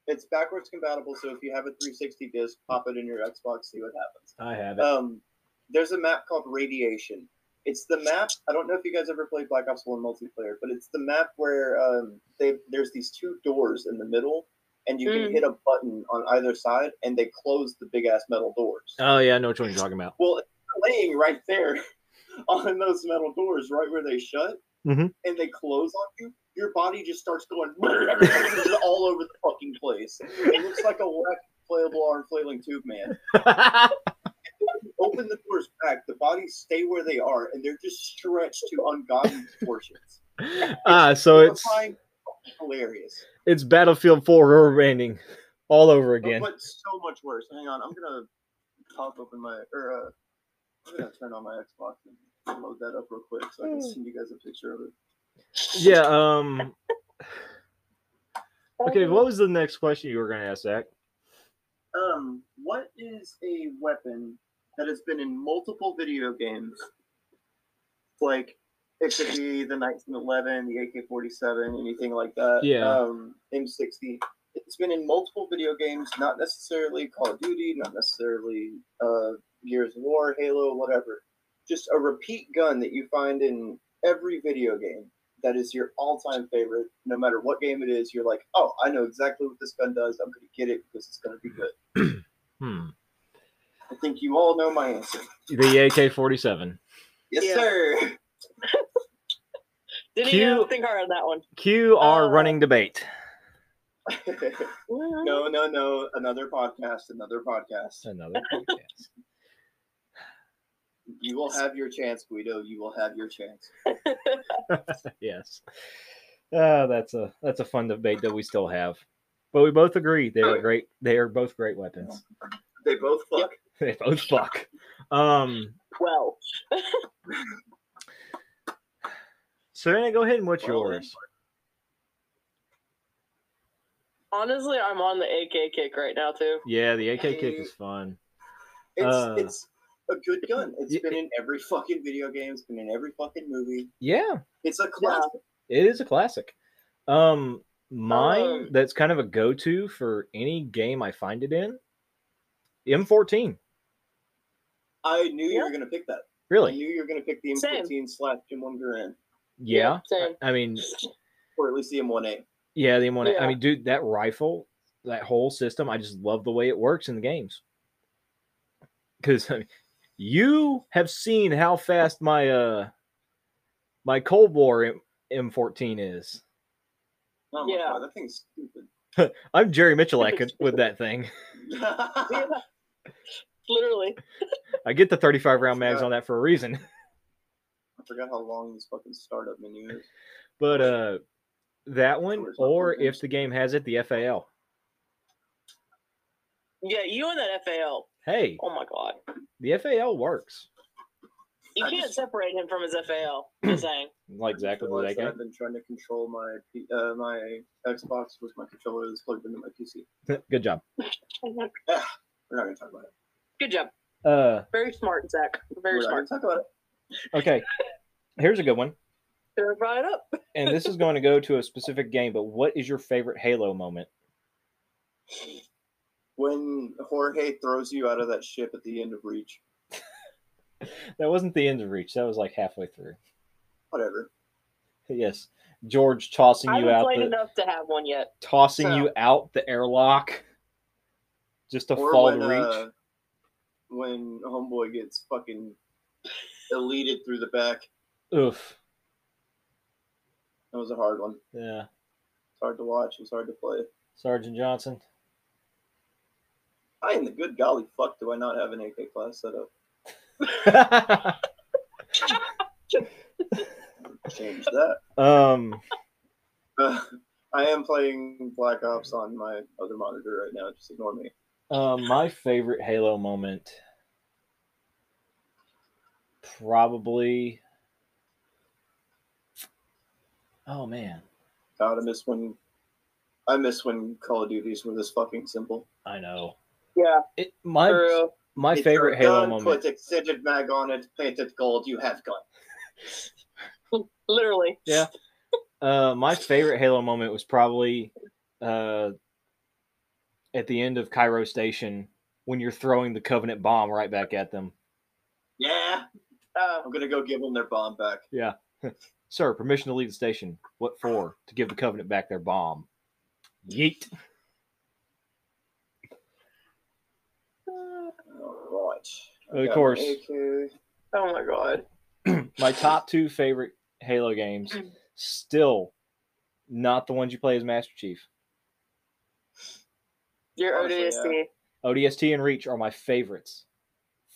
It's backwards compatible, so if you have a 360 disc, pop it in your Xbox, see what happens.
I have it.
Um, there's a map called Radiation. It's the map. I don't know if you guys ever played Black Ops One multiplayer, but it's the map where um, they, there's these two doors in the middle, and you
Mm.
can hit a button on either side, and they close the big ass metal doors.
Oh, yeah, I know which one you're talking about.
Well, it's laying right there on those metal doors, right where they shut,
Mhm.
and they close on you. Your body just starts going all over the fucking place. It looks like a whack playable arm flailing tube man open the doors back, the bodies stay where they are, and they're just stretched to ungodly proportions.
ah, so it's
Terrifying hilarious.
It's Battlefield 4 rubber banding all over again.
But what's so much worse? Hang on, I'm gonna pop open my or uh, I'm gonna turn on my Xbox and load that up real quick so I can
Mm.
send you guys a picture of it.
Yeah. Um. Okay. What was the next question you were going to ask, Zach?
Um, what is a weapon that has been in multiple video games? Like it could be the 1911, the AK-47, anything like that.
Yeah.
Um, M60. It's been in multiple video games, not necessarily Call of Duty, not necessarily uh, Gears of War, Halo, whatever. Just a repeat gun that you find in every video game that is your all-time favorite. No matter what game it is, you're like, oh, I know exactly what this gun does. I'm gonna get it because it's gonna be good.
Hmm.
I think you all know my answer.
The AK 47.
Yes,
Yeah.
sir.
Didn't
Q-
even think hard on that one.
QR
Oh.
Uh,
running debate.
Mm-hmm.
no, no, no. Another podcast. Another podcast.
Another podcast.
You will have your chance, Guido. You will have your chance.
yes. Uh, that's a that's a fun debate that we still have. But we both agree they are great. They are both great weapons.
They both fuck.
They both fuck. Um.
Well,
Serena, go ahead and what's
Well,
yours?
honestly, I'm on the AK kick right now too.
Yeah, the AK kick is fun.
It's
Uh,
it's a good gun. It's
y-
been in every fucking video game. It's been in every fucking movie.
Yeah,
It's a classic.
it is a classic. Um, mine
Um,
that's kind of a go-to for any game I find it in. M14,
I knew you were
Yeah.
gonna pick that. I
really?
knew you were gonna pick the
Same.
M14 slash M1 Garand,
Yeah.
same.
I mean,
or at least the M1A.
yeah, the M1. I
Yeah.
mean, dude, that rifle, that whole system, I just love the way it works in the games. Because I mean, you have seen how fast my uh my Cold War M- M14 is.
Oh my
Yeah.
god, that thing's stupid.
I'm Jerry Mitchell with that thing.
Literally.
I get the 35 round mags
Yeah.
on that for a reason.
I forgot how long this fucking startup menu is.
But uh that one,
Sure, it's not
or
something-
if the game has it, the FAL.
Yeah, you and that FAL.
Hey,
Oh my god.
the FAL works.
You
I
can't
just-
separate him from his FAL. Just saying.
Like Zach with that
Realized that
game.
I've been trying to control my P- uh, my Xbox with my controller that's plugged into my PC.
Good job.
Mm-hmm.
We're not gonna talk about it.
Good job.
Uh
Very smart, Zach. Very
We're not
smart.
gonna talk about it.
okay. Here's a good one.
They're brought up.
And this is going to go to a specific game, but what is your favorite Halo moment?
When Jorge throws you out of that ship at the end of Reach,
That wasn't the end of Reach. That was like halfway through.
whatever.
Yes. George tossing
I
you
haven't
out
played
the,
enough to have one yet.
tossing
so-
you out the airlock just to
Or
fall
when,
to reach.
uh, when homeboy gets fucking deleted through the back,
Oof.
that was a hard one. It's
Yeah.
hard to watch. It was hard to play.
Sergeant Johnson.
I in the good golly fuck do I not have an AK class set up? Change that.
um,
I am playing Black Ops on my other monitor right now. Just ignore me.
um, my favorite Halo moment, probably. Oh man,
God, I miss when I miss when Call of Duties were this fucking simple.
I know.
Yeah.
It, my
For real.
my
It's
favorite
your
Halo
gun,
moment.
Put extended mag on it, painted gold. You have gun.
Literally.
Yeah. Uh, my favorite Halo moment was probably uh, at the end of Cairo Station when you're throwing the Covenant bomb right back at them.
Yeah,
Uh,
I'm gonna go give them their bomb back.
Sir, permission to leave the station. What for? To give the Covenant back their bomb. Yeet.
All right.
Of
I got an
course.
AK.
oh my god.
My top two favorite Halo games.
Mm.
Still not the ones you play as Master Chief.
Your
Honestly, yeah.
ODST.
ODST and Reach are my favorites.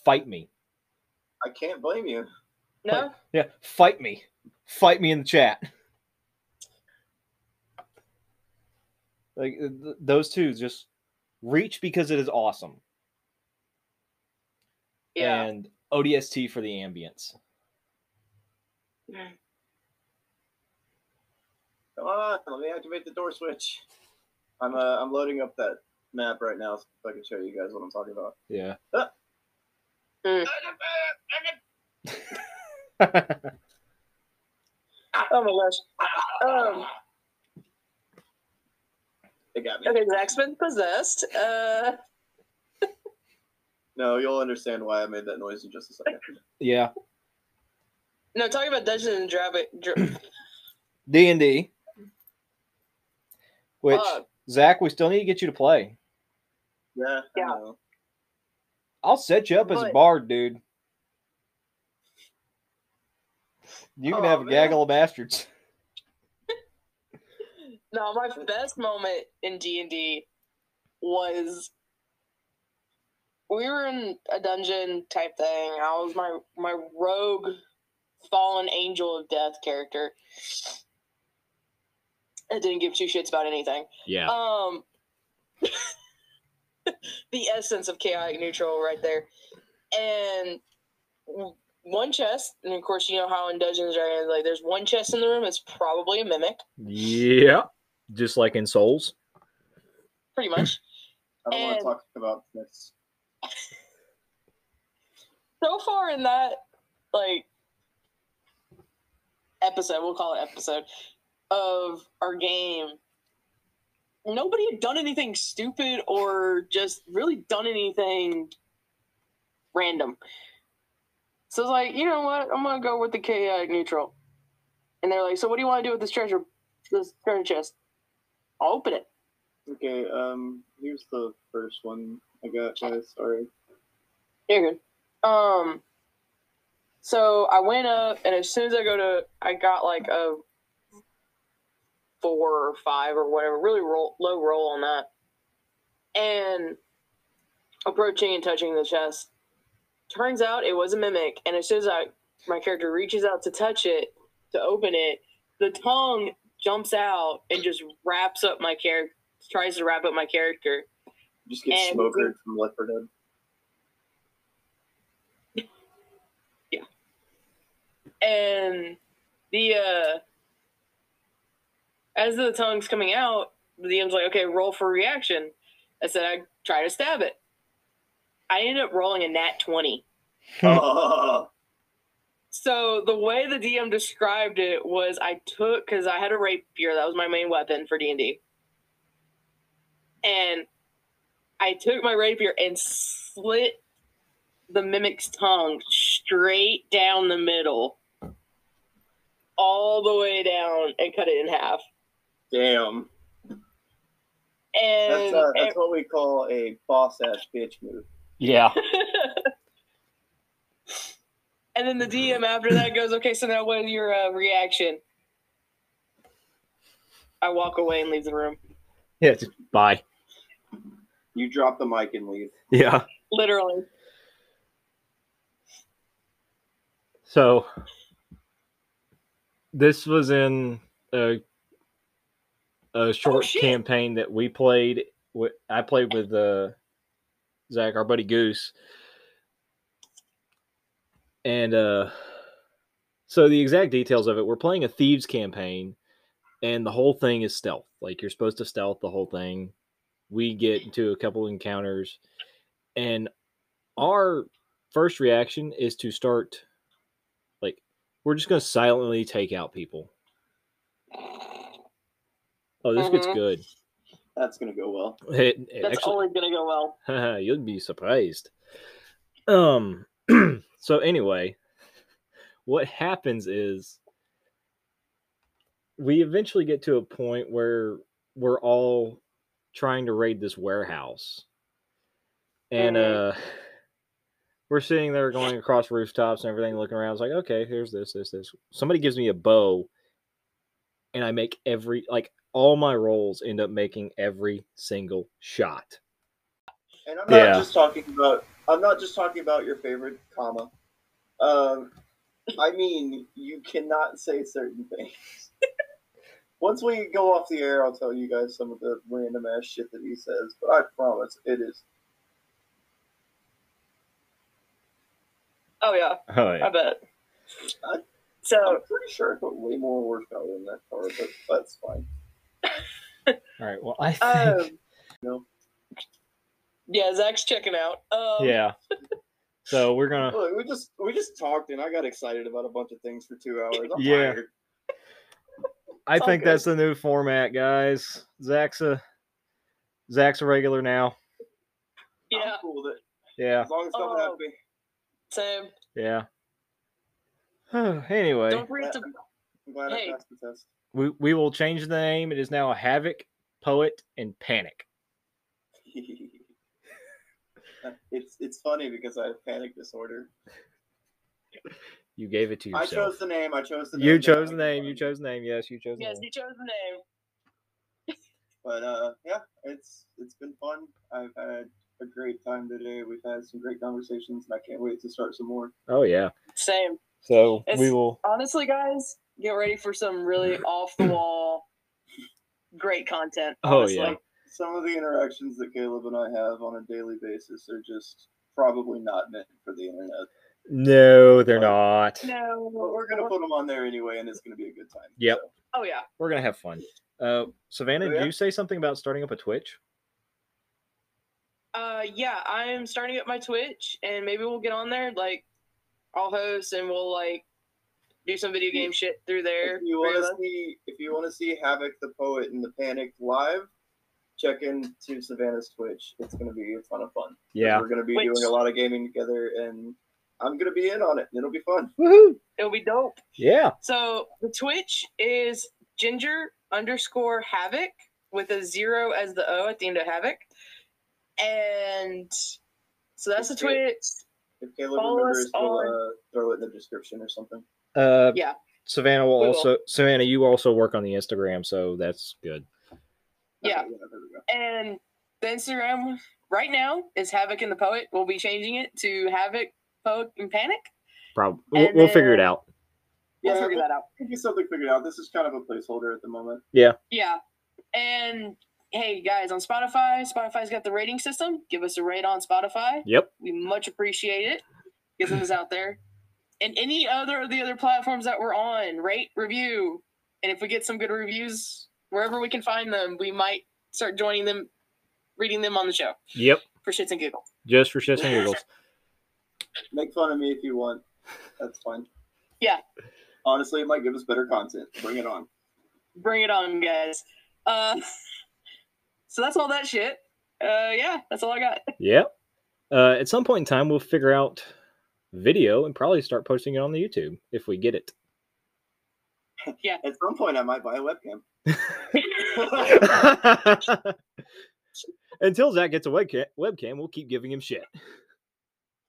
Fight me.
I can't blame you.
No?
Yeah, fight me. Fight me in the chat. Like th- th- those two just reach because it is awesome,
Yeah.
and ODST for the ambience.
Come on, let me activate the door switch. I'm uh, I'm loading up that map right now so I can show you guys what I'm talking about.
Yeah.
Oh my gosh. Um,
It got me.
okay, Zach's been possessed. Uh,
No, you'll understand why I made that noise in just a second.
yeah.
no, talking about Dungeons and Dragon.
D and D. Which
Mm. Uh,
Zach, we still need to get you to play.
Yeah. I
Yeah.
know.
I'll set you up as a
But-
bard, dude. You can
Aw,
have a
Oh, man.
gaggle of bastards.
no, my best moment in D and D was we were in a dungeon type thing. I was my my rogue, fallen angel of death character. I didn't give two shits about anything.
Yeah.
Um, the essence of chaotic neutral right there, and w- one chest, and of course you know how in Dungeons and Dragons, like there's one chest in the room. It's probably a mimic,
Yeah. Just like in Souls.
pretty much.
I don't want
And-
to talk about this.
so far in that like episode, we'll call it episode of our game. Nobody had done anything stupid or just really done anything random. So it's like, you know what? I'm gonna go with the chaotic neutral. And they're like, so what do you want to do with this treasure, this treasure chest? I'll open it.
Okay. Um. Here's the first one I got. Guys, sorry.
You're good. Um, so I went up, and as soon as I go to, I got like a four or five or whatever, really roll, low roll on that. And approaching and touching the chest, turns out it was a mimic. And as soon as I, my character reaches out to touch it, to open it, the tongue jumps out and just wraps up my character, tries to wrap up my character.
Just get
And-
smokered from leopard head.
and the uh as the tongue's coming out the dm's like okay roll for reaction i said i try to stab it i ended up rolling a nat 20
oh,
so the way the dm described it was i took because i had a rapier that was my main weapon for d&d and i took my rapier and slit the mimic's tongue straight down the middle all the way down and cut it in half
damn. That's
and,
uh, that's what we call a boss ass bitch move.
Yeah.
and then the dm after that goes okay so now what is your uh, reaction i walk away and leave the room
Yeah. Just bye.
You drop the mic and leave.
Yeah.
literally
So this was in a, a short
shit.
campaign that we played. wi- I played with uh, Zach, our buddy Goose, and uh, so the exact details of it. We're playing a thieves campaign, and the whole thing is stealth. Like you're supposed to stealth the whole thing. We get into a couple encounters, and our first reaction is to start like we're just gonna silently take out people. Oh, this gets
Mhm.
good.
That's gonna go well.
It- it
that's
actually,
always gonna go well
you'd be surprised. Um. so anyway, what happens is we eventually get to a point where we're all trying to raid this warehouse, and
Mhm.
uh, we're sitting there going across rooftops and everything, looking around. It's like, okay, here's this, this, this. Somebody gives me a bow, and I make every like all my rolls end up making every single shot.
And I'm not
Yeah.
just talking about I'm not just talking about your favorite comma. Um, I mean you cannot say certain things. Once we go off the air, I'll tell you guys some of the random ass shit that he says, but I promise it is.
Oh yeah,
Oh yeah.
I bet.
I- I'm
So
pretty sure I put way more horsepower in that car, but that's fine.
All right. Well, I think.
um,
No.
yeah, Zach's checking out. Um,
yeah. So we're gonna.
Look, we just we just talked and I got excited about a bunch of things for two hours. I'm
Yeah.
tired.
I
It's all
think
good.
that's the new format, guys. Zach's a Zach's a regular now.
yeah.
I'm cool with it.
Yeah,
As long as I'm
Oh.
happy.
Same.
yeah. anyway,
Don't forget to
I'm glad
Hey.
I passed the test.
we, we will change the name. It is now a Havoc, Poet, and Panic.
it's it's funny because I have panic disorder.
You gave it to
I
yourself.
chose the name. I chose the name.
you
that I
chose the
think is
name. You
funny.
chose the name. Yes, you chose the
yes,
name.
you chose the name.
But uh, yeah, it's it's been fun. I've had a great time today. We've had some great conversations, and I can't wait to start some more.
Oh yeah.
Same.
So we
It's-
will.
Honestly, guys, get ready for some really off the wall, great content.
Oh,
Honestly.
yeah.
Some of the interactions that Caleb and I have on a daily basis are just probably not meant for the internet.
No, they're not.
No.
But we're gonna put them on there anyway, and it's gonna be a good time.
Yep.
So,
Oh yeah.
We're gonna have fun. Uh, Savannah,
Oh,
did
yeah?
you say something about starting up a Twitch?
Uh, yeah, I'm starting up my Twitch, and maybe we'll get on there. Like, I'll host, and we'll like do some video game shit through there.
if you
three
want
of
to
us.
see if you want to see Havoc the poet and the Panic live, check in to Savannah's Twitch. It's gonna be a ton of fun. 'Cause
Yeah.
We're gonna be
Which-
doing a lot of gaming together, and I'm gonna be in on it. It'll be fun.
Woohoo!
It'll be dope.
Yeah.
So the Twitch is Ginger underscore Havoc with a zero as the O at the end of Havoc, and so that's the Twitch.
If Caleb
Follow us
remembers, we'll uh,
on-
throw it in the description or something.
Uh,
Yeah.
Savannah will
We will.
also Savannah, you also work on the Instagram, so that's good.
Yeah.
Okay, there we go.
And the Instagram right now is Havoc and the Poet. We'll be changing it to Havoc, Poet, and Panic.
Probably
And
we'll figure it
then-
out.
We'll
Yeah,
figure
we'll-
that out.
We'll get something figured out. This is kind of a placeholder at the moment.
Yeah. And hey, guys, on Spotify, Spotify's got the rating system. Give us a rate on Spotify.
Yep.
We much appreciate it. Get us out there. And any other of the other platforms that we're on, rate, review. And if we get some good reviews, wherever we can find them, we might start joining them, reading them on the show
Yep.
for shits and giggles.
Just for shits and giggles.
Make fun of me if you want. That's fine.
Yeah.
Honestly, it might give us better content. Bring it on.
Bring it on, guys. Uh, so that's all that shit. Uh, yeah, that's all I got.
Yep. Uh, at some point in time, we'll figure out video and probably start posting it on the YouTube if we get it.
At some point, I might buy a webcam.
Until Zach gets a webcam, webcam, we'll keep giving him shit.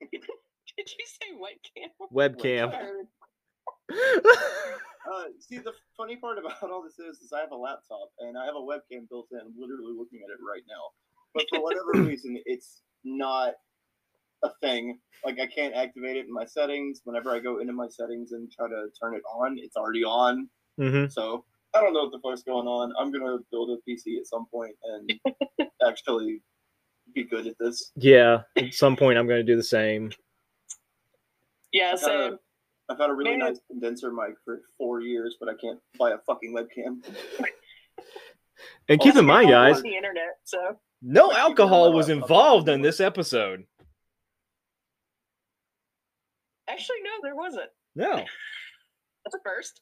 Did you say white camel?
Webcam.
Or-
Uh, see, the funny part about all this is, is I have a laptop and I have a webcam built in. I'm literally looking at it right now. But for whatever reason, it's not a thing. Like I can't activate it in my settings. Whenever I go into my settings and try to turn it on, it's already on.
hmm
So I don't know what the fuck's going on. I'm gonna build a PC at some point and actually be good at this.
Yeah. At some point, I'm going to do the same.
yeah,
I've had a-
so
I've had a really
Man.
nice condenser mic for four years, but I can't buy a fucking webcam.
And keep
Well,
in mind,
it's all
guys,
On the internet, so
no
Like, even
alcohol
though
was
I fucking
involved in
love-
this episode.
actually, no, there wasn't.
No.
That's a first.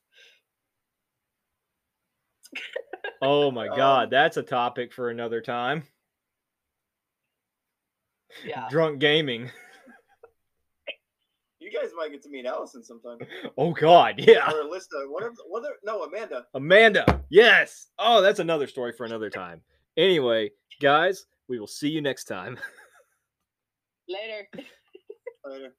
Oh my
Um,
God. That's a topic for another time.
Yeah.
Drunk gaming.
You guys might get to meet Allison sometime,
Oh God. Yeah.
or Alyssa. What? if- What? if- No, Amanda.
Amanda. Yes. Oh, that's another story for another time. Anyway, guys, we will see you next time.
Later.
Later.